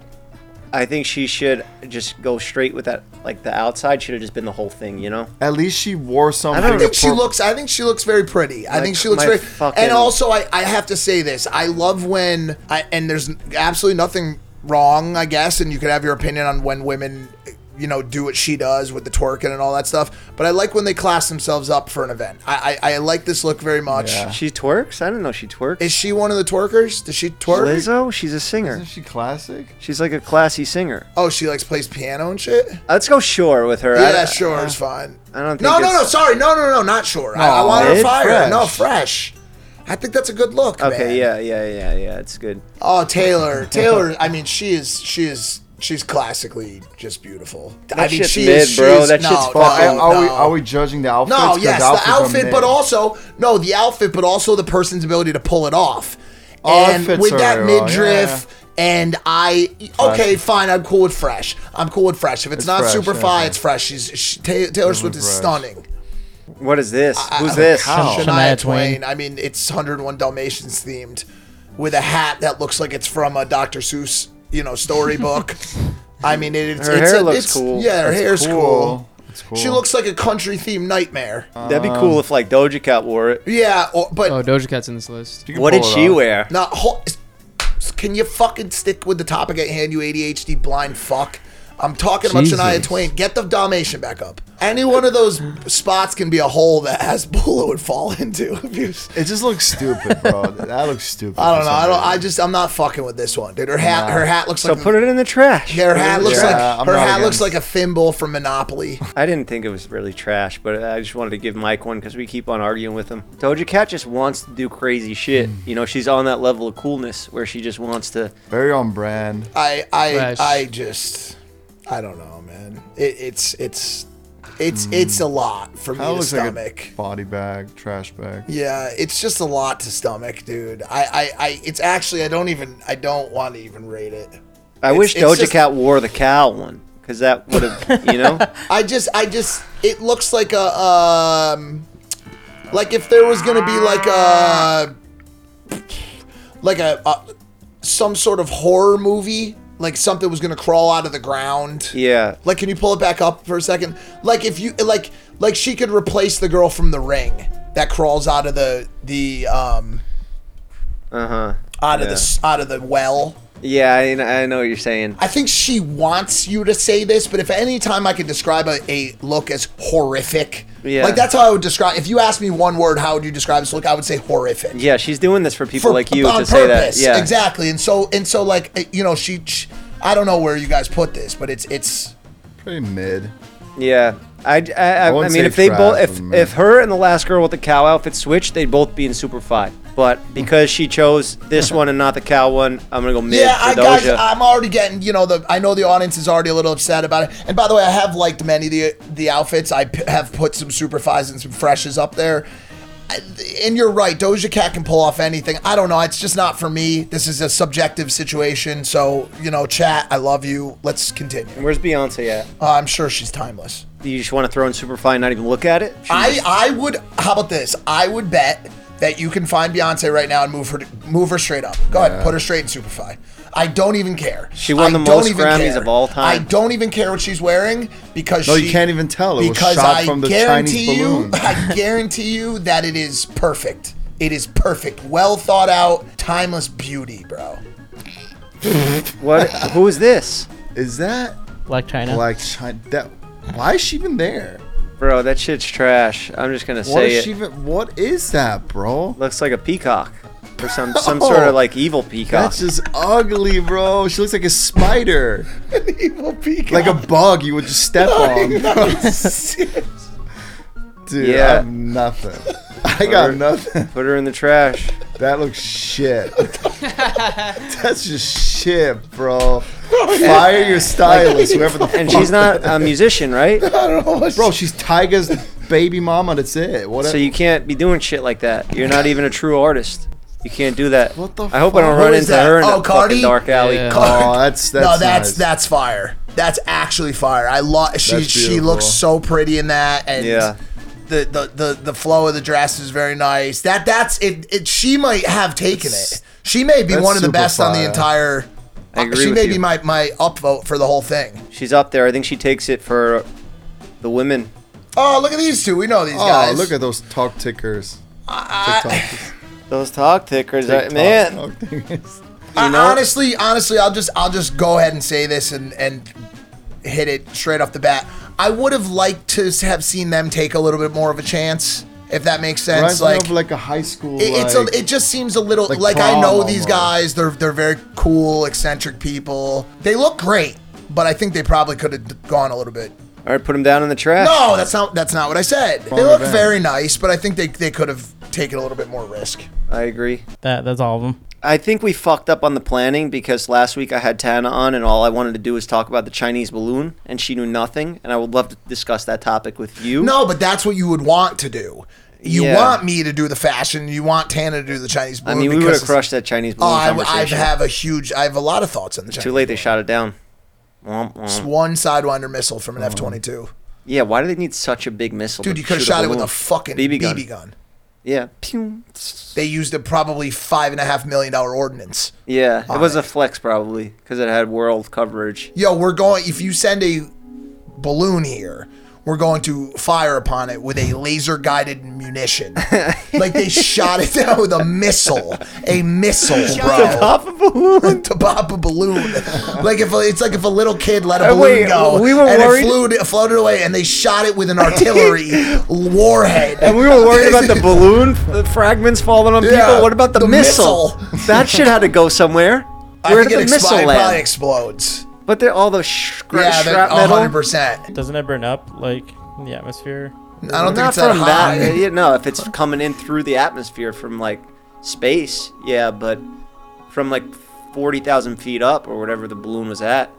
Speaker 2: I think she should just go straight with that. Like the outside should have just been the whole thing, you know?
Speaker 13: At least she wore something.
Speaker 5: I don't think she
Speaker 13: appropriate.
Speaker 5: looks. I think she looks very pretty. I
Speaker 2: Like,
Speaker 5: think she looks
Speaker 2: my
Speaker 5: very.
Speaker 2: fucking-
Speaker 5: And also, I, I have to say this. I love when I and there's absolutely nothing wrong, I guess, and you could have your opinion on when women, you know, do what she does with the twerking and all that stuff. But I like when they class themselves up for an event. I I, I like this look very much.
Speaker 2: She twerks? I didn't know she twerks.
Speaker 5: Is she one of the twerkers? Does she twerk?
Speaker 2: Lizzo? She's a singer.
Speaker 13: Isn't she classic?
Speaker 2: She's like a classy singer.
Speaker 5: Oh, she likes plays piano and shit.
Speaker 2: Let's go Shore with her. I-
Speaker 5: yeah, sure, it's fine.
Speaker 2: I don't think
Speaker 5: No, no,
Speaker 2: it's-
Speaker 5: no. Sorry, no, no, no, not sure. I, I
Speaker 2: No,
Speaker 5: want her
Speaker 2: mid
Speaker 5: fire.
Speaker 2: fresh.
Speaker 5: No, fresh. I think that's a good look.
Speaker 2: Okay,
Speaker 5: man.
Speaker 2: yeah, yeah, yeah, yeah. It's good.
Speaker 5: Oh, Taylor. Taylor, I mean, she is, she is, she's classically just beautiful. I mean,
Speaker 2: shit's
Speaker 5: she
Speaker 2: mid,
Speaker 5: is,
Speaker 2: bro.
Speaker 5: She is,
Speaker 2: That
Speaker 5: no,
Speaker 2: shit's
Speaker 5: no,
Speaker 13: But are, are we
Speaker 5: Oh, no.
Speaker 13: are we judging the outfit?
Speaker 5: No, yes, the outfit, but also, no, the outfit, but also the person's ability to pull it off. And
Speaker 13: Outfits
Speaker 5: with
Speaker 13: are
Speaker 5: that
Speaker 13: wrong,
Speaker 5: midriff. And I okay,
Speaker 13: Fresh.
Speaker 5: fine. I'm cool with fresh. I'm cool with fresh. If it's,
Speaker 13: It's
Speaker 5: not
Speaker 13: fresh,
Speaker 5: super
Speaker 13: yeah.
Speaker 5: fly, it's fresh. She's she, Ta- Taylor Swift is
Speaker 13: fresh.
Speaker 5: stunning.
Speaker 2: What is this? Who's
Speaker 5: I-
Speaker 2: this?
Speaker 5: Shania,
Speaker 1: Shania
Speaker 5: Twain.
Speaker 1: Twain.
Speaker 5: I mean, it's 101 Dalmatians themed, with a hat that looks like it's from a Dr. Seuss, you know, storybook. I mean, it, it's
Speaker 2: Her
Speaker 5: it's
Speaker 2: hair
Speaker 5: a-
Speaker 2: looks
Speaker 5: it's-
Speaker 2: cool.
Speaker 5: Yeah, her
Speaker 2: It's
Speaker 5: hair's
Speaker 2: cool.
Speaker 5: cool.
Speaker 13: It's
Speaker 5: She
Speaker 13: cool.
Speaker 5: looks like a country themed nightmare.
Speaker 2: That'd be
Speaker 5: Um,
Speaker 2: cool if like Doja Cat wore it.
Speaker 5: yeah, or, but
Speaker 3: Oh, Doja Cat's in this list.
Speaker 2: What did she wear?
Speaker 5: no. Ho- can you fucking stick with the topic at hand, you ADHD blind fuck? I'm talking about Shania
Speaker 1: Jesus.
Speaker 5: Twain. Get the Dalmatian back up. Any one of those spots can be a hole that Hasbulla would fall into if you
Speaker 13: It just looks stupid, bro. that looks stupid.
Speaker 5: I
Speaker 13: for
Speaker 5: don't know.
Speaker 13: some
Speaker 5: I don't.
Speaker 13: reason.
Speaker 5: I just. I'm not fucking with this one, dude. Her hat.
Speaker 13: Nah.
Speaker 5: Her hat looks
Speaker 2: So
Speaker 5: like.
Speaker 2: put it in the trash.
Speaker 5: yeah, her hat looks
Speaker 13: Yeah,
Speaker 5: like.
Speaker 13: I'm
Speaker 5: Her
Speaker 13: not
Speaker 5: hat looks
Speaker 13: against-
Speaker 5: like a thimble from Monopoly.
Speaker 2: I didn't think it was really trash, but I just wanted to give Mike one because we keep on arguing with him. Doja Cat just wants to do crazy shit.
Speaker 5: Hmm.
Speaker 2: You know, she's on that level of coolness where she just wants to.
Speaker 13: Very on brand.
Speaker 5: I. I.
Speaker 3: Fresh.
Speaker 5: I just. I don't know, man. It, it's. It's. It's. It's a lot for me
Speaker 13: That
Speaker 5: to
Speaker 13: looks
Speaker 5: stomach.
Speaker 13: like a body bag, trash bag.
Speaker 5: yeah, it's just a lot to stomach, dude. I, I, I, it's actually I don't even I don't want to even rate it.
Speaker 2: I
Speaker 5: It's-
Speaker 2: wish
Speaker 5: it's
Speaker 2: Doja
Speaker 5: just-
Speaker 2: Cat wore the cow one because that would have, you know.
Speaker 5: I just, I just, it looks like a, um, like if there was gonna be like a, like a, a some sort of horror movie, like something was gonna crawl out of the ground.
Speaker 2: Yeah.
Speaker 5: Like, can you pull it back up for a second? Like, if you like, like she could replace the girl from The Ring that crawls out of the the um
Speaker 2: Uh huh.
Speaker 5: out
Speaker 2: Yeah.
Speaker 5: of the s- out of the well.
Speaker 2: Yeah, I, kn- I know what you're saying.
Speaker 5: I think she wants you to say this, but if any time I could describe a, a look as horrific,
Speaker 2: Yeah.
Speaker 5: like that's how I would describe. If you asked me one word, how would you describe this look? I would say horrific.
Speaker 2: Yeah, she's doing this for people
Speaker 5: For-
Speaker 2: like you to say that. Yeah,
Speaker 5: exactly. And so and so, like uh, you know, she, sh I don't know where you guys put this, but it's it's
Speaker 13: Pretty mid.
Speaker 2: Yeah. I, I, I, I
Speaker 13: wouldn't
Speaker 2: mean,
Speaker 13: say
Speaker 2: if they
Speaker 13: trash,
Speaker 2: both,
Speaker 13: but
Speaker 2: if
Speaker 13: man.
Speaker 2: if her and the last girl with the cow outfit switched, they'd both be in super five.
Speaker 13: Hmm.
Speaker 2: But because she chose this one and not the cow one, I'm gonna go mid
Speaker 5: yeah, I
Speaker 2: for
Speaker 5: guys,
Speaker 2: Doja.
Speaker 5: I'm already getting you know the. I know the audience is already a little upset about it. And by the way, I have liked many of the the outfits. I p- have put some superfies and some freshes up there. I- And you're right, Doja Cat can pull off anything. I don't know. It's just not for me. This is a subjective situation. So you know, chat. I love you. Let's continue.
Speaker 2: Where's Beyonce at?
Speaker 5: Uh, I'm sure she's timeless.
Speaker 2: you just want to throw in Superfly and not even look at it?
Speaker 5: I I would. How about this? I would bet that you can find Beyonce right now and move her move her straight up. Go
Speaker 2: Yeah.
Speaker 5: ahead, put her straight in Superfly. I don't even care.
Speaker 2: She won
Speaker 5: I
Speaker 2: the
Speaker 5: don't
Speaker 2: most
Speaker 5: even
Speaker 2: Grammys
Speaker 5: care.
Speaker 2: of all
Speaker 5: I
Speaker 2: time.
Speaker 5: don't even care what she's wearing because
Speaker 13: No,
Speaker 5: she,
Speaker 13: you can't even tell. It was
Speaker 5: because
Speaker 13: shot
Speaker 5: I
Speaker 13: from the
Speaker 5: guarantee
Speaker 13: Chinese
Speaker 5: you,
Speaker 13: balloon.
Speaker 5: I guarantee you that it is perfect. It is perfect. Well thought out, timeless beauty, bro.
Speaker 2: what? Who is this?
Speaker 13: Is that
Speaker 1: Black China?
Speaker 13: Black China? That why is she even there?
Speaker 2: Bro, that shit's trash. I'm just gonna
Speaker 13: What
Speaker 2: say
Speaker 13: is
Speaker 2: it.
Speaker 13: she even? What is that, bro?
Speaker 2: Looks like a peacock, or some some sort
Speaker 13: Oh.
Speaker 2: of like evil peacock.
Speaker 13: That's just ugly, bro. She looks like a spider,
Speaker 5: An evil
Speaker 13: like
Speaker 5: peacock.
Speaker 13: a bug you would just step on. bro. Dude, I
Speaker 2: Yeah.
Speaker 13: have nothing. I got nothing.
Speaker 2: Put her in the trash.
Speaker 13: That looks shit. That's just shit, bro.
Speaker 2: And-
Speaker 13: Fire your stylist,
Speaker 2: Like-
Speaker 13: whoever the fuck.
Speaker 2: And she's not a musician, right?
Speaker 13: Bro, she's Tyga's baby mama. That's it. Whatever.
Speaker 2: So you can't be doing shit like that. You're not even a true artist. You can't do that. What
Speaker 13: the
Speaker 2: I hope I don't
Speaker 5: Who
Speaker 2: run
Speaker 5: is
Speaker 2: into
Speaker 5: that?
Speaker 2: her in
Speaker 5: oh,
Speaker 2: a
Speaker 5: Cardi?
Speaker 2: fucking dark alley.
Speaker 5: Cardi. no, that's
Speaker 13: nice.
Speaker 5: that's fire. That's actually fire. I love. She
Speaker 13: That's
Speaker 5: she looks so pretty in that, and
Speaker 2: Yeah.
Speaker 5: the, the the the flow of the dress is very nice. That that's it. it she might have taken it. She may be
Speaker 2: That's
Speaker 5: one of the
Speaker 2: super
Speaker 5: best on the
Speaker 2: fire.
Speaker 5: entire. uh,
Speaker 2: I agree
Speaker 5: she
Speaker 2: with
Speaker 5: may
Speaker 2: you.
Speaker 5: be my my upvote for the whole thing.
Speaker 2: She's up there. I think she takes it for the women.
Speaker 5: Oh, look at these two. We know these
Speaker 13: oh,
Speaker 5: guys.
Speaker 13: look at those talk tickers. TikTok-
Speaker 2: Those talk tickers, I-
Speaker 13: TikTok
Speaker 2: man.
Speaker 13: talk tickers.
Speaker 5: I,
Speaker 2: know-
Speaker 5: honestly, honestly, I'll just I'll just go ahead and say this and and hit it straight off the bat. I would have liked to s- have seen them take a little bit more of a chance, if that makes
Speaker 13: Reminds
Speaker 5: sense.
Speaker 13: me
Speaker 5: like
Speaker 13: of like a high school.
Speaker 5: it, it's
Speaker 13: like-
Speaker 5: a, it just seems a little
Speaker 13: like
Speaker 5: like, I
Speaker 13: prom
Speaker 5: know these
Speaker 13: almost.
Speaker 5: guys. They're they're very cool, eccentric people. They look great, but I think they probably could have d- gone a little bit.
Speaker 2: All right, put them down in the trash.
Speaker 5: No, that's not that's not what I said.
Speaker 2: Wrong
Speaker 5: they look
Speaker 2: event.
Speaker 5: very nice, but I think they they could have taken a little bit more risk.
Speaker 2: I agree.
Speaker 1: That that's all of them.
Speaker 2: I think we fucked up on the planning because last week I had Tana on and all I wanted to do was talk about the Chinese balloon and she knew nothing and I would love to discuss that topic with you.
Speaker 5: No, but that's what you would want to do. You
Speaker 2: Yeah.
Speaker 5: want me to do the fashion. You want Tana to do the Chinese
Speaker 2: I
Speaker 5: balloon.
Speaker 2: mean, we
Speaker 5: because
Speaker 2: would have
Speaker 5: it's-
Speaker 2: crushed that Chinese
Speaker 5: Oh,
Speaker 2: balloon
Speaker 5: I, I
Speaker 2: conversation.
Speaker 5: have a huge. I have a lot of thoughts on the
Speaker 2: Too
Speaker 5: Chinese.
Speaker 2: late, they shot it down. Womp womp.
Speaker 5: It's one sidewinder missile from
Speaker 2: Oh.
Speaker 5: an F twenty two.
Speaker 2: Yeah, why do they need such a big missile?
Speaker 5: Dude,
Speaker 2: to
Speaker 5: you could have
Speaker 2: shoot
Speaker 5: shot it with
Speaker 2: balloon?
Speaker 5: a fucking BB gun.
Speaker 2: Yeah,
Speaker 5: They used a probably five and a half million dollar ordinance.
Speaker 2: yeah.
Speaker 5: On
Speaker 2: it was a flex probably because it had world coverage.
Speaker 5: Yo, we're going. If you send a balloon here, we're going to fire upon it with a laser guided munition. like they shot it down with a missile, a missile, bro.
Speaker 2: To pop
Speaker 5: a balloon. to pop a balloon. Like if a, it's like if a little kid let a
Speaker 2: Uh,
Speaker 5: balloon
Speaker 2: wait,
Speaker 5: go,
Speaker 2: we were
Speaker 5: and
Speaker 2: worried-
Speaker 5: it flew, it floated away, and they shot it with an artillery warhead.
Speaker 2: And we were worried about the balloon f- fragments falling on
Speaker 5: Yeah,
Speaker 2: people. What about the,
Speaker 5: the
Speaker 2: missile? that shit had to go somewhere.
Speaker 5: I
Speaker 2: Where
Speaker 5: think
Speaker 2: did the
Speaker 5: it
Speaker 2: missile
Speaker 5: expl- it probably
Speaker 2: land?
Speaker 5: explodes.
Speaker 2: But they're all the sh-
Speaker 5: Yeah, they're
Speaker 2: shrapnel.
Speaker 5: 100%.
Speaker 1: Doesn't it burn up like in the atmosphere?
Speaker 5: I don't think
Speaker 2: Not
Speaker 5: it's that
Speaker 2: from
Speaker 5: high.
Speaker 2: that. Yeah, no, if it's coming in through the atmosphere from like space, yeah, but from like forty thousand feet up or whatever the balloon was at,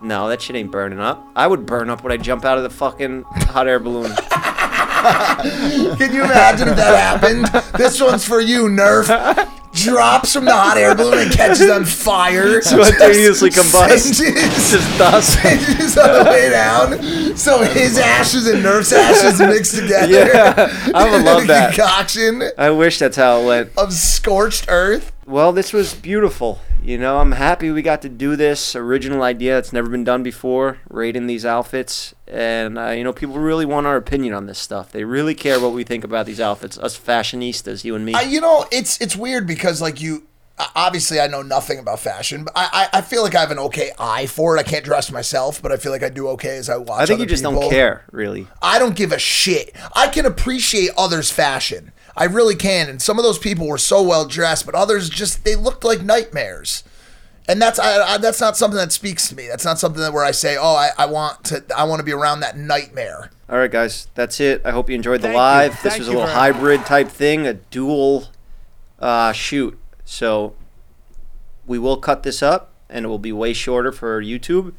Speaker 2: no, that shit ain't burning up. I would burn up when I jump out of the fucking hot air balloon.
Speaker 5: Can you imagine if that happened? This one's for you, Nerf. Drops from the hot air balloon and catches on fire.
Speaker 2: Spontaneously combust.
Speaker 5: Singes,
Speaker 2: Just dust.
Speaker 5: singes on the way down. So his ashes and Nerf's ashes mixed together.
Speaker 2: Yeah, I would love that.
Speaker 5: Concoction
Speaker 2: I wish that's how it went.
Speaker 5: of scorched earth.
Speaker 2: Well, this was beautiful. You know, I'm happy we got to do this original idea that's never been done before, rating these outfits. And, uh, you know, people really want our opinion on this stuff. They really care what we think about these outfits, us fashionistas, you and me.
Speaker 5: I, you know, it's it's weird because like you, o- obviously I know nothing about fashion, but I, I I feel like I have an okay eye for it. I can't dress myself, but I feel like I do okay as I watch.
Speaker 2: I think
Speaker 5: other
Speaker 2: you just
Speaker 5: people.
Speaker 2: don't care, really.
Speaker 5: I don't give a shit. I can appreciate others' fashion. I really can. And some of those people were so well dressed, but others just they looked like nightmares. And that's I, I, that's not something that speaks to me. That's not something that where I say, oh, I, I want to I want to be around that nightmare.
Speaker 2: All right, guys, that's it. I hope you enjoyed the
Speaker 5: Thank you.
Speaker 2: live. This
Speaker 5: Thank
Speaker 2: was a
Speaker 5: you
Speaker 2: little
Speaker 5: very
Speaker 2: hybrid type thing, a dual uh, shoot. So we will cut this up, and it will be way shorter for YouTube.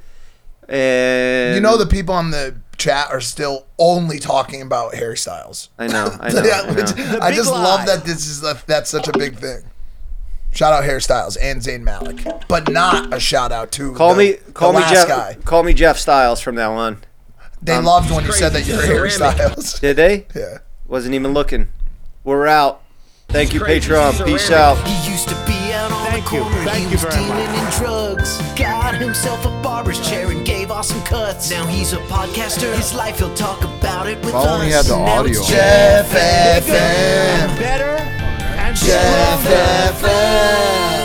Speaker 2: And
Speaker 5: you know the people on the chat are still only talking about hairstyles.
Speaker 2: I know, I know, I
Speaker 5: which-
Speaker 2: know.
Speaker 5: I just love that this is a, that's such a big thing. Shout out hairstyles and Zayn Malik, but not a shout out to
Speaker 2: Call
Speaker 5: the-
Speaker 2: me,
Speaker 5: the
Speaker 2: call me
Speaker 5: last
Speaker 2: Jeff.
Speaker 5: guy.
Speaker 2: Call me Jeff Styles from now on.
Speaker 5: They
Speaker 13: Um,
Speaker 5: loved when you said that you were Harry Styles.
Speaker 2: Did they?
Speaker 5: Yeah.
Speaker 2: Wasn't even looking. We're out. Thank you,
Speaker 15: Crazy
Speaker 2: Patreon.
Speaker 15: ceramic.
Speaker 2: Peace out.
Speaker 15: He used to be out on the corner. he was dealing in drugs. Got himself a barber's chair and gave awesome cuts. Now he's a podcaster. His life, he'll talk about it with
Speaker 13: If I only
Speaker 15: us.
Speaker 13: had the
Speaker 15: Now
Speaker 13: audio.
Speaker 15: it's
Speaker 13: Jeff
Speaker 15: Jeff
Speaker 13: FM.
Speaker 15: Better and stronger.
Speaker 13: FM.